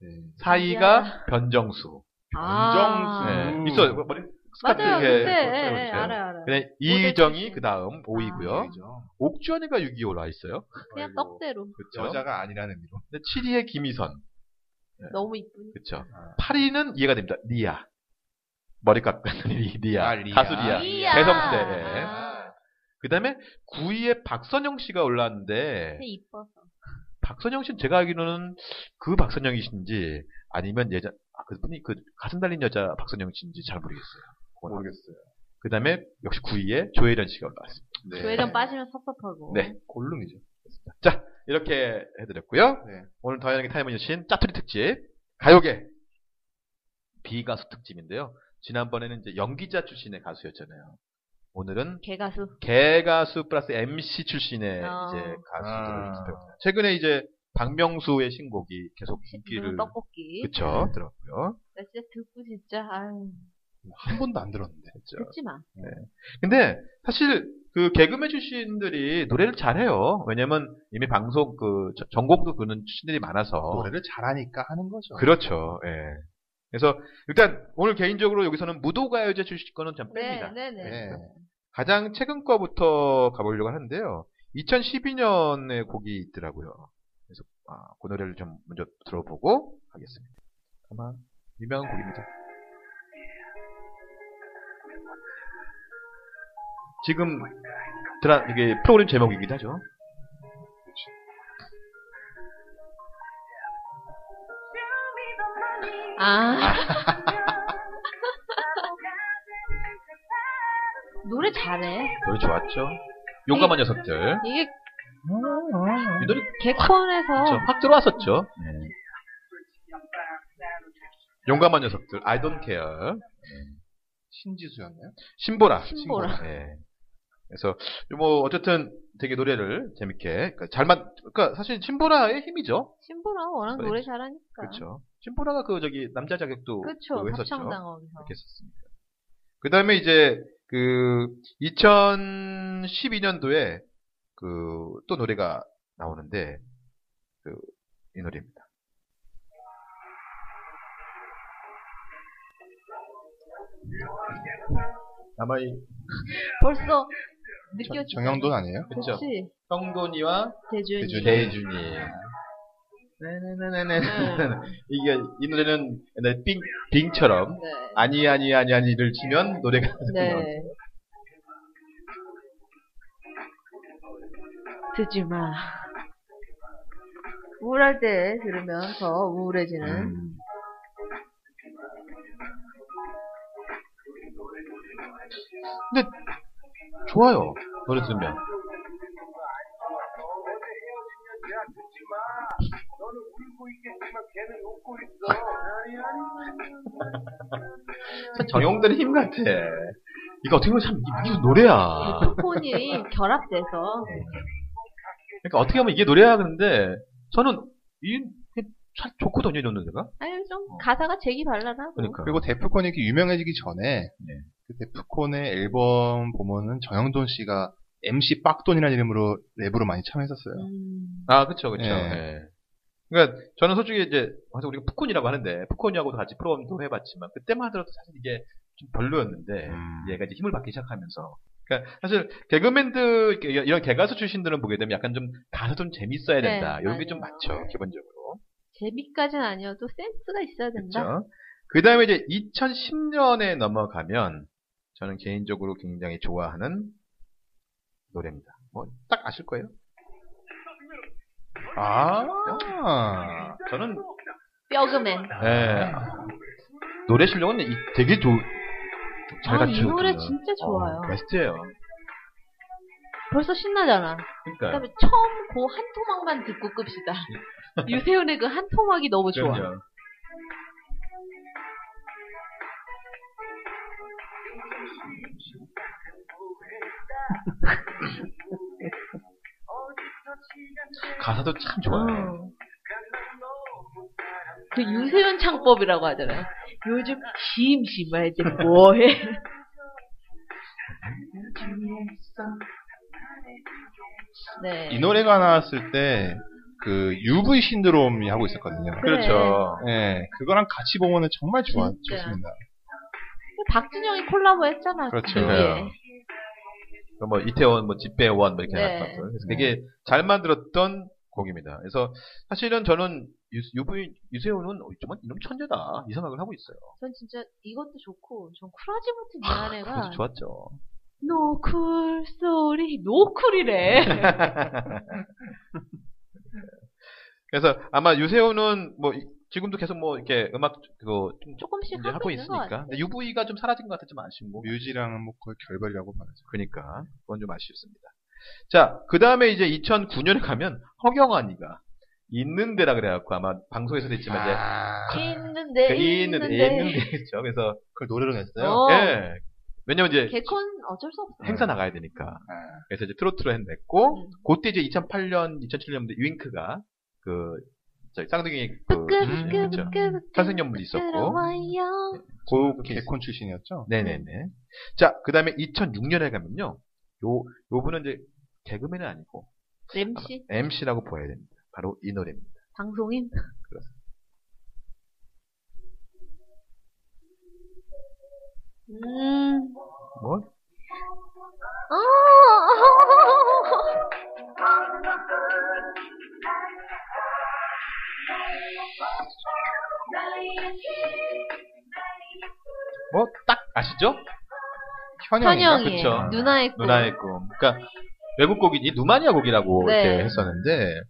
S3: 네.
S4: 4위가 변정수.
S2: 아.
S3: 네.
S4: 예, 있어요. 머리 스카프
S2: 맞아요.
S4: 이렇게 그렇죠.
S2: 근데
S4: 걸쳐
S2: 예,
S4: 걸쳐요.
S2: 알아요, 알아요.
S4: 그다음에
S2: 모델
S4: 이정이
S2: 출신.
S4: 그 다음
S2: 예.
S4: 5위고요.
S3: 아니죠.
S4: 옥주현이가 6위로 있어요.
S2: 그냥
S3: 아이고,
S2: 떡대로.
S4: 그렇죠.
S3: 여자가 아니라는 의미로.
S4: 7위에 김희선.
S2: 너무 이쁜.
S4: 그렇죠.
S3: 아.
S4: 8위는 이해가 됩니다. 리아. 머리 깎는 리- 리아.
S3: 아, 리아.
S4: 가수 리아.
S2: 리아.
S4: 개성시대. 예.
S2: 아.
S4: 그다음에 9위에 박선영 씨가 올랐는데
S2: 근데 이뻐서.
S4: 박선영 씨는 제가 알기로는 그 박선영이신지 아니면 예전 아, 그분이 그 가슴 달린 여자 박선영 씨인지 잘 모르겠어요.
S3: 모르겠어요.
S4: 그다음에 역시 9위에 조혜련 씨가 올라왔습니다.
S3: 네.
S2: 조회전 빠지면 섭섭하고.
S4: 네.
S3: 골룸이죠.
S4: 자, 이렇게 해드렸고요.
S3: 네.
S4: 오늘 더현에게 타임을 주신 짜투리 특집 가요계 비가수 특집인데요. 지난번에는 이제 연기자 출신의 가수였잖아요. 오늘은
S2: 개가수.
S4: 개가수 플러스 MC 출신의
S2: 어.
S4: 이제 가수들을
S3: 아.
S4: 투표합니다. 최근에 이제 박명수의 신곡이 계속 인기를
S2: 음, 떡볶이.
S4: 그쵸 들었고요.
S2: 나 진짜 듣고 진짜 아유
S3: 한 번도 안 들었는데.
S4: 그쵸.
S2: 듣지 마.
S4: 근데 사실 그 개그맨 출신들이 노래를 잘해요. 왜냐면 이미 방송 그 저- 전공도 그런 출신들이 많아서
S3: 노래를 잘하니까 하는 거죠.
S4: 그렇죠. 예. 그래서 일단 오늘 개인적으로 여기서는 무도가요제 주실 거는 좀
S2: 네,
S4: 뺍니다.
S2: 네, 네.
S3: 네.
S4: 가장 최근 거부터 가보려고 하는데요. 2012년에 곡이 있더라고요. 그래서 아, 그 노래를 좀 먼저 들어보고 하겠습니다. 아마 유명한 곡입니다. 지금 드라 이게 프로그램 제목이기도 하죠.
S2: 아. 노래 잘해.
S4: 노래 좋았죠.
S2: 네.
S4: 용감한 녀석들.
S2: 이게
S4: 이 노래 그렇죠.
S2: 개콘에서
S4: 확 들어왔었죠. 네. 용감한 녀석들, I don't care.
S3: 신지수였나요?
S4: 신보라.
S2: 신보라.
S4: 네. 그래서 뭐 어쨌든 되게 노래를 재밌게 그러니까 잘만 그러니까 사실 신보라의 힘이죠.
S2: 신보라 워낙
S4: 그래.
S2: 노래 잘하니까.
S4: 그렇죠. 신보라가 그 저기 남자 자격도
S2: 그러니까. 그쵸.
S4: 그 했었죠.
S2: 합창당하면서.
S4: 이렇게 했었습니다. 그 다음에 이제 그 2012년도에 그 또 노래가 나오는데 그 이 노래입니다. 아마 이
S2: 벌써 느껴지.
S3: 정영돈 아니에요?
S4: 그쵸
S2: 그렇지.
S4: 성돈이와
S2: 대준이. 네.
S3: 대준이.
S4: 대준이. 네네네네네. 이게 이 노래는 옛날 빙 빙처럼
S2: 네.
S4: 아니 아니 아니 아니를 치면 노래가 나오는
S2: 네. 듣지 마. 우울할 때 들으면 더 우울해지는.
S4: 음. 근데 좋아요 노래 들으면 참 정용들의 힘 같아. 이거 어떻게 보면 참 이게 무슨 노래야. 그러니까
S2: 폰이 결합돼서
S4: 그러니까 어떻게 하면 이게 노래야 그런데 저는 이참 좋거든요 이런 노래가.
S2: 아니 좀 가사가 재기발랄하고
S4: 어. 그러니까.
S3: 그리고 데프콘이 이렇게 유명해지기 전에
S4: 네.
S3: 그 데프콘의 앨범 보면은 정영돈 씨가 MC 빡돈이라는 이름으로 랩으로 많이 참여했었어요.
S2: 음,
S4: 아, 그쵸, 그쵸.
S3: 예.
S4: 예. 그러니까 저는 솔직히 이제 항상 우리가 푸콘이라고 하는데 푸콘이하고도 같이 프로그램도 해봤지만 그때만 하더라도 사실 이게 좀 별로였는데
S3: 음.
S4: 얘가 이제 힘을 받기 시작하면서 그러니까 사실 개그맨들 이렇게 이런 개가수 출신들은 보게 되면 약간 좀 가서 좀 재밌어야
S2: 네,
S4: 된다 이런 게 좀
S2: 맞아요.
S4: 많죠 기본적으로
S2: 재미까진 아니어도 센스가 있어야 된다.
S4: 그렇죠. 그 다음에 이제 2010년에 넘어가면 저는 개인적으로 굉장히 좋아하는 노래입니다. 뭐 딱 아실 거예요.
S3: 아,
S4: 저는
S2: 뼈그맨.
S4: 예. 노래 실력은 이- 되게 좋, 잘
S2: 아, 이
S4: 갖추고.
S2: 노래 진짜
S4: 어,
S2: 좋아요.
S4: 베스트예요.
S2: 벌써 신나잖아.
S4: 그러니까.
S2: 그다음에 처음 그 한 토막만 듣고 끕시다. 유세윤의 그 한 토막이 너무 좋아.
S4: 그럼요. 가사도 참 좋아요.
S2: 어. 그 유세윤 창법이라고 하잖아요. 요즘 심심할 때 뭐해? 네.
S3: 이 노래가 나왔을 때 그 UV 신드롬이 하고 있었거든요.
S4: 그렇죠.
S3: 예, 그거랑 같이 보면은 정말 좋아,
S2: 진짜.
S3: 좋습니다.
S2: 그 박진영이 콜라보 했잖아.
S3: 그렇죠.
S2: 예.
S4: 그러니까요. 그뭐 이태원, 뭐 집배원 뭐 이렇게
S2: 네.
S4: 나왔던. 그래서
S3: 네.
S4: 되게 잘 만들었던 곡입니다. 그래서 사실은 저는 유, 유부인 유세훈은 정말 이놈 천재다 이 생각을 하고 있어요.
S2: 전 진짜 이것도 좋고, 전 쿨하지 못해 미안
S4: 아, 그래서
S2: 애가
S4: 좋았죠.
S2: 노쿨 소리 노쿨이래.
S4: 그래서 아마 유세훈은 뭐 이- 지금도 계속 뭐 이렇게 음악 그거 좀
S2: 조금씩
S4: 이제
S2: 하고,
S4: 하고
S2: 있는 것
S4: 있으니까 네.
S2: 같아.
S4: 근데 UV가 좀 사라진 것 같아 좀 아쉽고
S3: 뮤지랑은 뭐 거의 결별이라고 봐야죠.
S4: 그러니까 그건 좀 아쉽습니다. 자, 그 다음에 이제 2009년에 가면 허경환이가 있는데라 그래갖고 아마 방송에서도 했지만 이제
S3: 아,
S2: 있는데
S4: 그 있는데
S2: 있는데.
S4: 있는데 그렇죠. 그래서
S3: 그걸 노래로 냈어요?
S2: 어.
S4: 예 왜냐면 이제
S2: 개콘 어쩔 수 없어.
S4: 행사 나가야 되니까
S3: 아,
S4: 그래서 이제 트로트로 했냈고
S2: 음.
S4: 그때 이제 2008년, 2007년도 유잉크가 그 저기 쌍둥이 그
S3: 음,
S4: 그렇죠. 탄생연분이 있었고. 네.
S3: 고
S4: 케이스.
S3: 개콘 출신이었죠?
S4: 네네네. 자, 그 다음에 2006년에 가면요. 요, 요 분은 이제 개그맨은 아니고
S2: 램씨
S4: MC라고 보아야 됩니다. 바로 이 노래입니다.
S2: 방송인. 음.
S4: 뭐?
S2: 아.
S4: 뭐, 딱 아시죠?
S3: 현영인가?
S2: 현영이
S4: 그쵸.
S2: 누나의 꿈.
S4: 누나의 꿈. 그러니까 외국 곡이니 누마니아 곡이라고
S2: 네.
S4: 이렇게 했었는데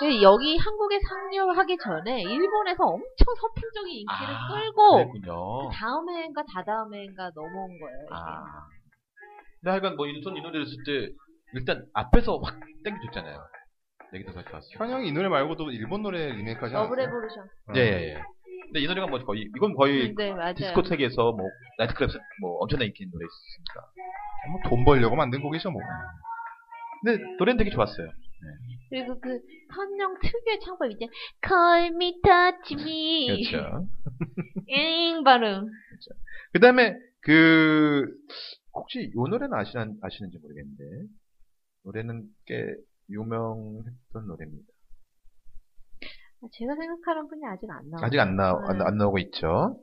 S2: 그 여기 한국에 상륙하기 전에 일본에서 엄청 선풍적인 인기를
S4: 아,
S2: 끌고
S4: 그랬군요.
S2: 다음 해인가 다다음 해인가 넘어온 거예요. 이게.
S4: 아. 근데 하여간 뭐 이- 전이 노래를 쓸 때 일단 앞에서 확 땡겨줬잖아요. 얘기도 같이 왔어요.
S3: 현영이 이 노래 말고도 일본 노래 리메이크하지 않았어요?
S2: 러브레볼루션.
S3: 어.
S4: 예, 예, 예. 근데 이 노래가 뭐 거의 이건 거의
S2: 네, 맞아요.
S4: 디스코텍에서 뭐 나이트클럽에서 뭐 엄청나 인기 있는 노래였으니까.
S3: 뭐돈 벌려고 만든 곡이죠 뭐.
S4: 근데 노래는 되게 좋았어요.
S2: 그리고 그 선영 특유의 창법 이제 Call me, touch me.
S4: 그렇죠.
S2: 잉 발음.
S4: 그다음에 그 혹시 이 노래는 아시는 아시는지 모르겠는데 노래는 꽤 유명했던 노래입니다.
S2: 제가 생각하는 분이 아직 안 나와요.
S4: 아직 안, 나, 안, 안 나오고 있죠.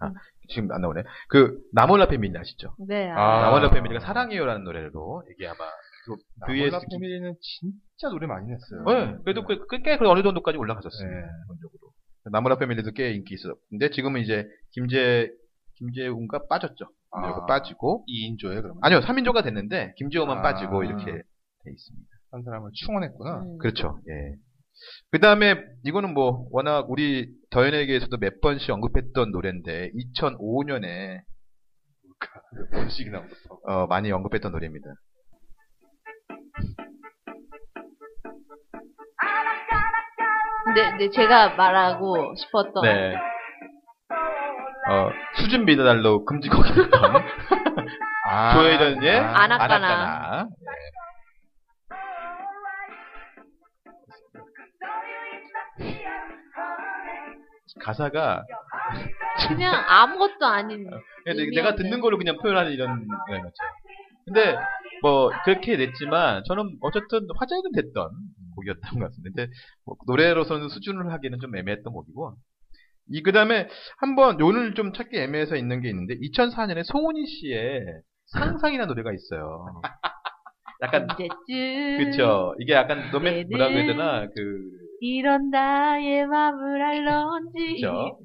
S4: 아, 지금 안 나오네. 그, 나몰라 패밀리 아시죠?
S2: 네.
S3: 아. 네.
S4: 나몰라 패밀리가 사랑해요라는 노래로, 이게 아마, 그, VS
S3: 나몰라 패밀리는 진짜 노래 많이 냈어요.
S4: 네, 그래도 꽤, 꽤, 꽤 어느 정도까지 올라갔었어요.
S3: 네.
S4: 기본적으로. 나무라 패밀리도 꽤 인기 있었는데 지금은 이제 김재 김재웅과 빠졌죠.
S3: 아.
S4: 그리고 빠지고
S3: 2인조예요 그러면.
S4: 아니요 3인조가 됐는데 김재웅만
S3: 아.
S4: 빠지고 이렇게 돼 있습니다.
S3: 한 사람을 충원했구나.
S2: 음.
S4: 그렇죠. 예. 그 다음에 이거는 뭐 워낙 우리 더현에게서도 몇 번씩 언급했던 노래인데 2005년에
S3: 음식이 나오면서.
S4: 어, 많이 언급했던 노래입니다.
S2: 네, 네, 제가 말하고 싶었던.
S4: 네. 어, 수준 미달로 금지곡이었던
S3: 아,
S4: 조혜련의
S3: 아,
S2: 안악- 아낙가나.
S4: 아낙가나.
S3: 네.
S4: 예. 가사가
S2: 그냥 아무것도 아닌.
S4: 근데
S2: 의미
S4: 내가
S2: 없는.
S4: 듣는 거로 그냥 표현하는 이런 네, 맞죠. 근데 뭐 그렇게 냈지만 저는 어쨌든 화제는 됐던 곡이었던 것 같습니다. 근데 뭐 노래로서는 수준을 하기는 좀 애매했던 곡이고 이 그다음에 한번 요를 좀 찾기 애매해서 있는 게 있는데 2004년에 송은이 씨의 상상이라는 노래가 있어요. 약간
S2: 언제쯤
S4: 그쵸. 이게 약간 노맨
S2: 얘는
S4: 뭐라고 해야 되나 그
S2: 이런 나의 마음을 알런지
S4: 그쵸.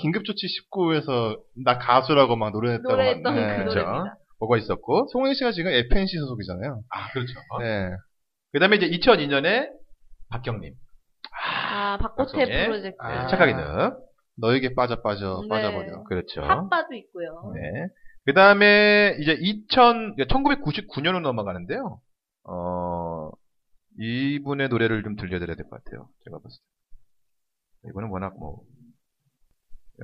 S3: 긴급조치 19에서 나 가수라고 막 노래했다고.
S2: 노래했던
S3: 막-
S2: 그
S3: 네.
S4: 그렇죠.
S2: 노래입니다.
S4: 뭐가 있었고
S3: 송은희 씨가 지금 FNC 소속이잖아요.
S4: 아 그렇죠.
S3: 네.
S4: 그다음에 이제 2002년에 박경림
S2: 아, 박고태
S4: 박성의
S2: 프로젝트.
S3: 아.
S4: 착하게 늪
S3: 너에게 빠져 빠져
S2: 네.
S3: 빠져버려.
S4: 그렇죠.
S2: 핫바도 있고요.
S4: 네. 그 다음에 이제 2000, 1999년으로 넘어가는데요. 어, 이분의 노래를 좀 들려드려야 될 것 같아요. 제가 봤을 때. 이거는 워낙 뭐,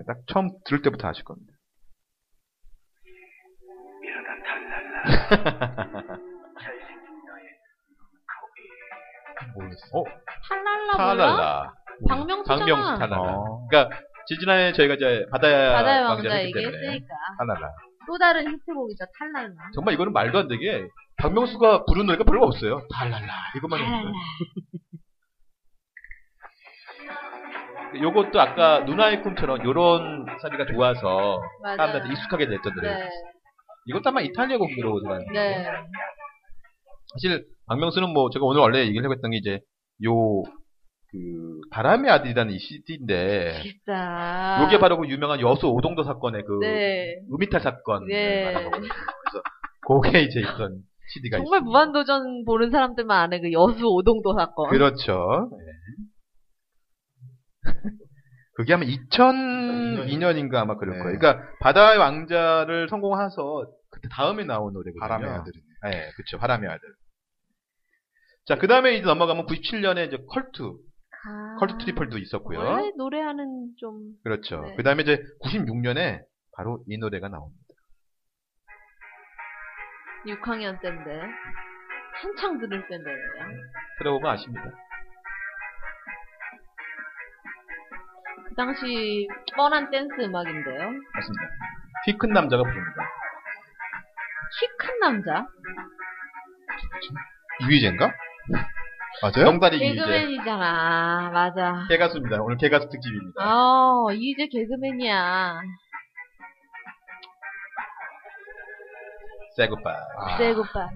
S4: 딱 처음 들을 때부터 아실 겁니다. 모르겠어. 어?
S2: 탈랄라 몰라?
S4: 탈랄라. 아,
S2: 박명수잖아.
S4: 박명수 탈랄라.
S3: 어.
S4: 그러니까, 지난해 저희가 이제 바다의
S2: 바다의
S4: 왕자
S2: 왕자
S4: 했기 때문에.
S2: 얘기했으니까.
S4: 탈랄라.
S2: 또 다른 히트곡이죠, 탈랄라.
S4: 정말 이거는 말도 안 되게 박명수가 부른 노래가 별로 없어요. 달랄라 이것만 있는 거예요. 요것도 아까 누나의 꿈처럼 요런 사비가 좋아서
S2: 맞아요.
S4: 사람들한테 익숙하게 됐던 노래.
S2: 네.
S4: 요 이것도 아마 이탈리아 곡으로 들어가요.
S2: 네.
S4: 사실 박명수는 뭐 제가 오늘 원래 얘기를 하고 했던 게 이제 요 그 바람의 아들이라는 이 CD인데
S2: 기사.
S4: 요게 바로 그 유명한 여수 오동도 사건의 그
S2: 아. 네.
S4: 음이탈 사건을
S2: 네.
S4: 말한 거거든요. 그래서 그게 이제 있던 CD가
S2: 정말 무한도전 보는 사람들만 아는 그 여수 오동도 사건.
S4: 그렇죠. 그게 아마 2002년인가 아마 그럴
S3: 네.
S4: 거예요. 그러니까 바다의 왕자를 성공해서 그때 다음에 나온 노래거든요.
S3: 바람의 아들이네.
S4: 네, 그렇죠. 바람의 아들. 자, 그 다음에 이제 넘어가면 97년에 이제 컬투,
S2: 아,
S4: 컬투 트리플도 있었고요.
S3: 아, 네.
S2: 원래 노래하는 좀
S4: 그렇죠.
S2: 네.
S4: 그 다음에 이제 96년에 바로 이 노래가 나옵니다.
S2: 6학년 때인데 한창 들을 때인데요.
S4: 들어보면 아십니다.
S2: 그 당시 뻔한 댄스 음악인데요.
S4: 맞습니다. 키 큰 남자가 부릅니다.
S2: 키 큰 남자,
S3: 유희재인가? 맞아요?
S4: 정다리 이제
S2: 개그맨이잖아. 맞아.
S4: 개가수입니다. 오늘 개가수 특집입니다.
S2: 아, 이제 개그맨이야.
S4: 새굿바이.
S3: 아,
S2: 네, 오빠.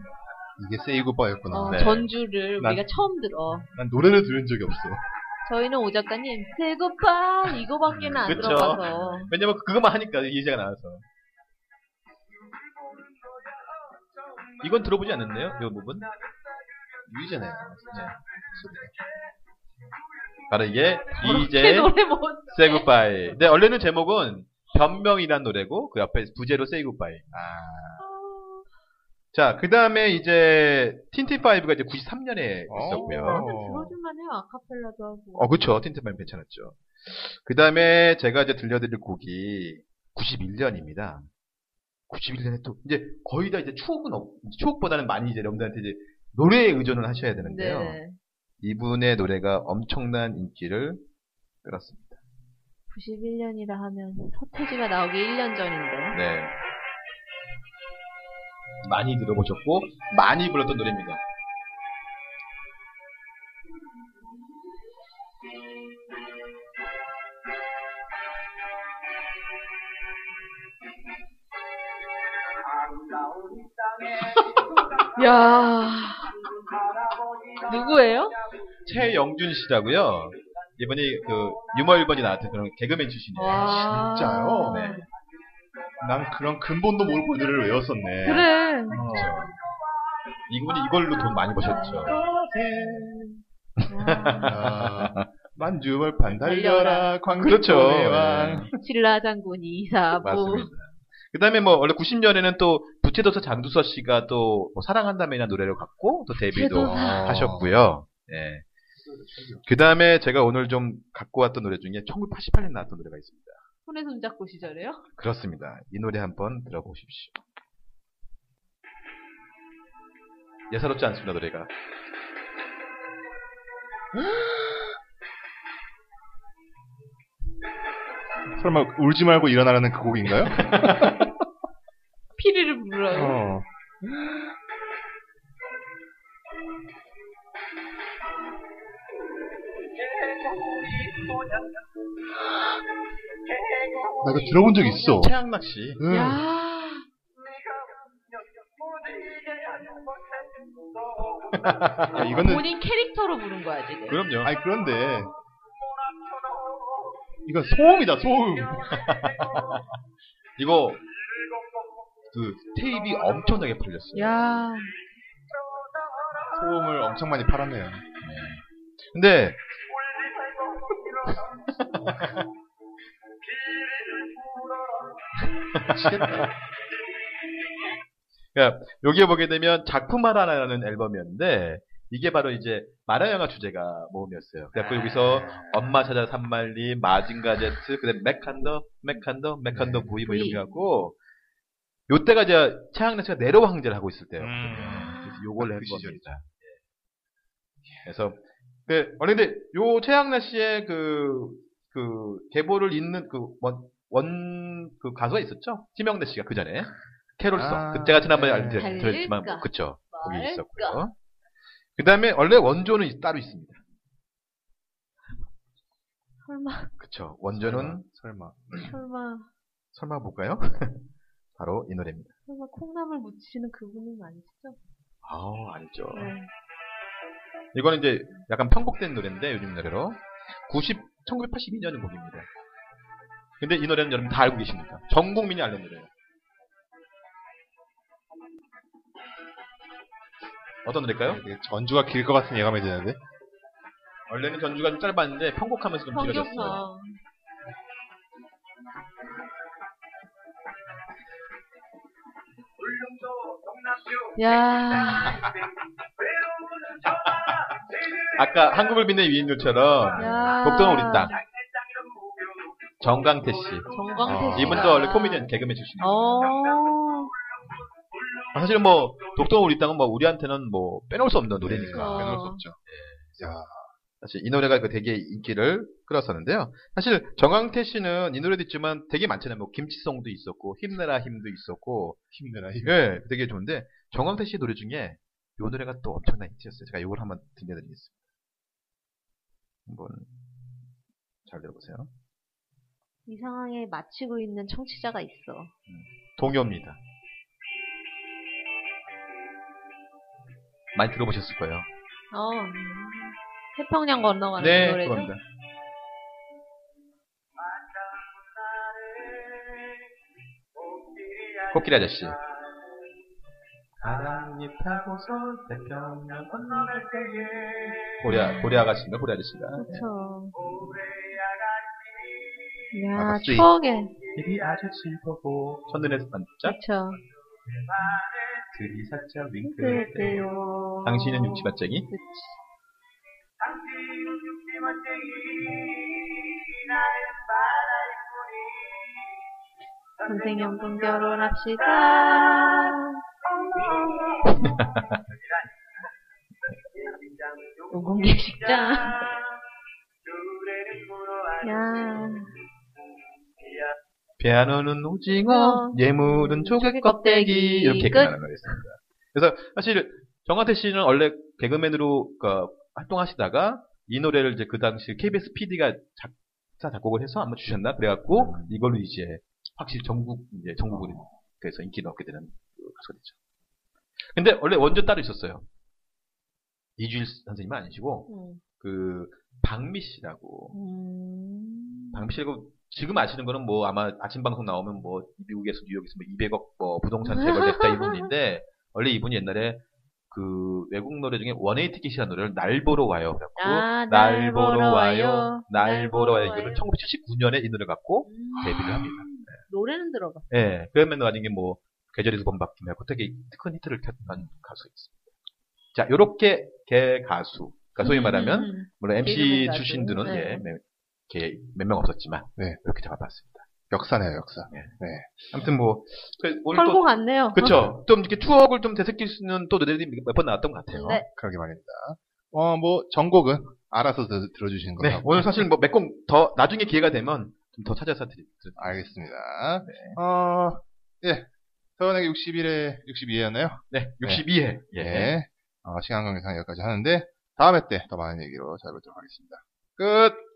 S3: 이게 세이고바였구나.
S2: 어,
S4: 네.
S2: 전주를
S3: 난-
S2: 우리가 처음 들어.
S3: 난 노래를 들은 적이 없어.
S2: 저희는 오 작가님, 세고파 이거밖에는 안
S4: 그쵸.
S2: 들어가서.
S4: 왜냐면 그것만 하니까 이제가 나와서. 이건 들어보지 않았네요. 이 부분. 유이잖아요. 바로 이게
S2: 제
S4: 이제
S2: 노래 못.
S4: Say Goodbye. 네 원래는 제목은 변명이란 노래고 그 앞에 부제로 Say Goodbye.
S3: 아,
S4: 아. 자, 그 다음에 이제 틴틴파이브가 이제 93년에
S3: 어.
S4: 있었고요.
S2: 나는 들어줄만 해요. 아카펠라도 하고.
S4: 어, 그쵸. 틴틴파이브 괜찮았죠. 그 다음에 제가 이제 들려드릴 곡이 91년입니다. 91년에 또 이제 거의 다 이제 추억은 없, 추억보다는 많이 이제 여러분들한테 이제 노래에 의존을 하셔야 되는데요.
S2: 네.
S4: 이분의 노래가 엄청난 인기를 끌었습니다.
S2: 91년이라 하면 서태지가 나오기 1년 전인데.
S4: 네. 많이 들어보셨고 많이 불렀던 노래입니다.
S2: 야 누구예요?
S4: 최영준 씨라고요. 이분이 그 유머 1번이 나왔던 그런 개그맨 출신이에요.
S2: 와.
S3: 진짜요?
S4: 네.
S3: 난 그런 근본도 모르고 이 노래를 외웠었네.
S2: 그래.
S4: 그렇죠. 이분이 이걸로 돈 많이 버셨죠.
S2: 와.
S3: 아. 만주벌판
S2: 달려라, 네.
S3: 달려라
S4: 그렇죠.
S3: 광그렇죠 왕.
S2: 신라장군이 이사부.
S4: 맞습니다. 그다음에 뭐 원래 90년에는 또 부채도서 장두서 씨가 또뭐 사랑한다면이라는 노래를 갖고 또 데뷔도
S2: 부채도서.
S4: 하셨고요. 예. 그다음에 제가 오늘 좀 갖고 왔던 노래 중에 1988년 나왔던 노래가 있습니다.
S2: 손에 손잡고 시절에요?
S4: 그렇습니다. 이 노래 한번 들어보십시오. 예사롭지 않습니다, 노래가.
S3: 설마 울지 말고 일어나라는 그 곡인가요?
S2: 피리를 불어요.
S3: 어. 나 이거 들어본 적 있어.
S4: 최양락 씨.
S3: 응.
S2: 야
S3: 야, 이거는
S2: 본인 캐릭터로 부른 거야 지금.
S4: 그럼요.
S3: 아니 그런데 이건 소음이다 소음.
S4: 이거 그 테이프 엄청나게 팔렸어요.
S2: 야
S3: 소음을 엄청 많이 팔았네요.
S4: 근데
S3: 미치겠다.
S4: 그러니까 여기에 보게 되면 작품 하나라는 앨범이었는데 이게 바로 이제 만화 영화 주제가 모음이었어요. 그래서 여기서 엄마 찾아 산말리, 마징가 제트, 그다음 맥한더, 맥한더, 맥한더 부이 뭐 이런 게 하고 요때가 이제 최양래 씨가 내로 황제를 하고 있을 때요.
S3: 음.
S4: 그래서 요걸 낸
S3: 그 시절이죠.
S4: 겁니다. 예. 그래서 그 원래 근데 요 최양래 씨의 그 그 계보를 잇는 그 그원원그 가수가 있었죠. 심영래 씨가 그 전에 캐롤송
S3: 아,
S4: 그때가 지난번에
S3: 네.
S4: 알려드렸지만
S2: 달릴까?
S4: 그쵸 거기
S2: 말까?
S4: 있었고요. 그 다음에 원래 원조는 있- 따로 있습니다.
S2: 설마
S4: 그쵸 원조는
S3: 설마
S2: 설마
S4: 설마 볼까요? 바로 이 노래입니다.
S2: 설마 콩나물 묻히시는 그분은 아니시죠?
S4: 아 아니죠.
S2: 네.
S4: 이거는 이제 약간 편곡된 노래인데 요즘 노래로 90 1982년 곡입니다. 근데 이 노래는 여러분 다 알고 계십니다. 전 국민이 알는 노래예요. 어떤 노래일까요?
S3: 되게 전주가 길 것 같은 예감이 드는데.
S4: 원래는 전주가 좀 짧았는데 편곡하면서 좀 길어졌어요.
S2: 성격상 야,
S4: 아까 한국을 빛낸 위인교처럼
S2: 야.
S4: 복동은 우리 땅. 정강태 씨.
S2: 정광태 씨.
S4: 어, 이분도 원래 코미디언 개그맨 출신이에요.
S2: 어.
S4: 아, 사실 뭐 독도 우리 땅은 뭐 우리한테는 뭐 빼놓을 수 없는 노래니까
S2: 그쵸.
S4: 빼놓을 수 없죠.
S3: 네. 야,
S4: 사실 이 노래가 그 되게 인기를 끌었었는데요. 사실 정강태 씨는 이 노래도 있지만 되게 많잖아요. 뭐 김치송도 있었고 힘내라 힘도 있었고
S3: 힘내라. 힘.
S4: 예, 되게 좋은데 정강태 씨 노래 중에 이 노래가 또 엄청난 히트였어요. 제가 이걸 한번 들려드리겠습니다. 한번 잘 들어보세요.
S2: 이 상황에 맞추고 있는 청취자가 있어.
S4: 동요입니다. 많이 들어보셨을 거예요.
S2: 어. 태평양 건너가는
S4: 네,
S2: 노래죠.
S4: 그겁니다. 코끼리 아저씨. 바람이 타고서 태평양 건너갈 때에 고려 고려 아가씨인가 고려 아저씨가
S2: 그렇죠.
S4: 아,
S2: 야,
S4: 박수희.
S2: 추억의
S4: 이 아저씨 보고 첫눈에 반짝
S2: 그렇죠.
S4: 그리 살짝 윙크를 때
S2: 네, 그대요.
S4: 당신은 육지밭쟁이
S2: 선생연분 결혼합시다. 공공기식장. 야.
S4: 배안어는 오징어,
S2: 어.
S4: 예물은 조개 껍데기 이렇게
S2: 끝.
S4: 개그만을 하겠습니다. 그래서 사실 정한태 씨는 원래 개그맨으로 그러니까 활동하시다가 이 노래를 이제 그 당시 KBS PD가 작사 작곡을 해서 아마 주셨나 그래갖고 이걸로 이제 확실히 전국 이제 전국으로 그래서 인기를 얻게 되는 그 가수가 됐죠. 근데 원래 원조 따로 있었어요. 이주일 선생님은 아니시고 그 박미 씨라고
S2: 음.
S4: 방실고 그 지금 아시는 거는 뭐 아마 아침 방송 나오면 뭐 미국에서 뉴욕에서 뭐 200억 뭐 부동산 재벌됐다 이분인데 원래 이분이 옛날에 그 외국 노래 중에 원에이티 킷이라는 노래를 날 보러 와요. 그래갖고
S2: 아,
S4: 날 보러 와요.
S2: 와요.
S4: 날 보러 와요.
S2: 와요.
S4: 이거를 1979년에 이 노래 갖고 데뷔를 합니다.
S2: 음. 노래는 들어봤어.
S4: 예. 그러면 나중에 뭐 계절에서 봄 바뀌 말고 되게 큰 히트를 켰던 가수 있습니다. 자, 요렇게 개 가수. 그러니까 소위
S2: 음,
S4: 말하면
S2: 음.
S4: 물론 MC
S2: 개그맨 가수.
S4: 출신들은
S2: 네.
S4: 예, 몇명 없었지만
S3: 네.
S4: 이렇게 잡아봤습니다.
S3: 역사네요, 역사.
S4: 네.
S3: 네.
S4: 아무튼 뭐 그, 오늘
S2: 털고
S4: 또
S2: 갔네요.
S4: 그쵸 좀 이렇게 추억을 좀 되새길 수 있는 또 노래들이 몇 번 나왔던 것 같아요.
S2: 네.
S3: 그러게 말입니다. 어, 뭐, 전곡은 알아서 들, 어주시는 걸로.
S4: 네,
S3: 하고.
S4: 오늘 사실 뭐 몇 곡 더 나중에 기회가 되면 좀 더 찾아서 드릴게요.
S3: 알겠습니다. 어, 예. 서원에게 61회, 62회였나요?
S4: 네, 62회.
S3: 예. 어, 시간 관계상 여기까지 하는데, 다음 회 때 더 많은 얘기로 찾아뵙도록 하겠습니다. 끝!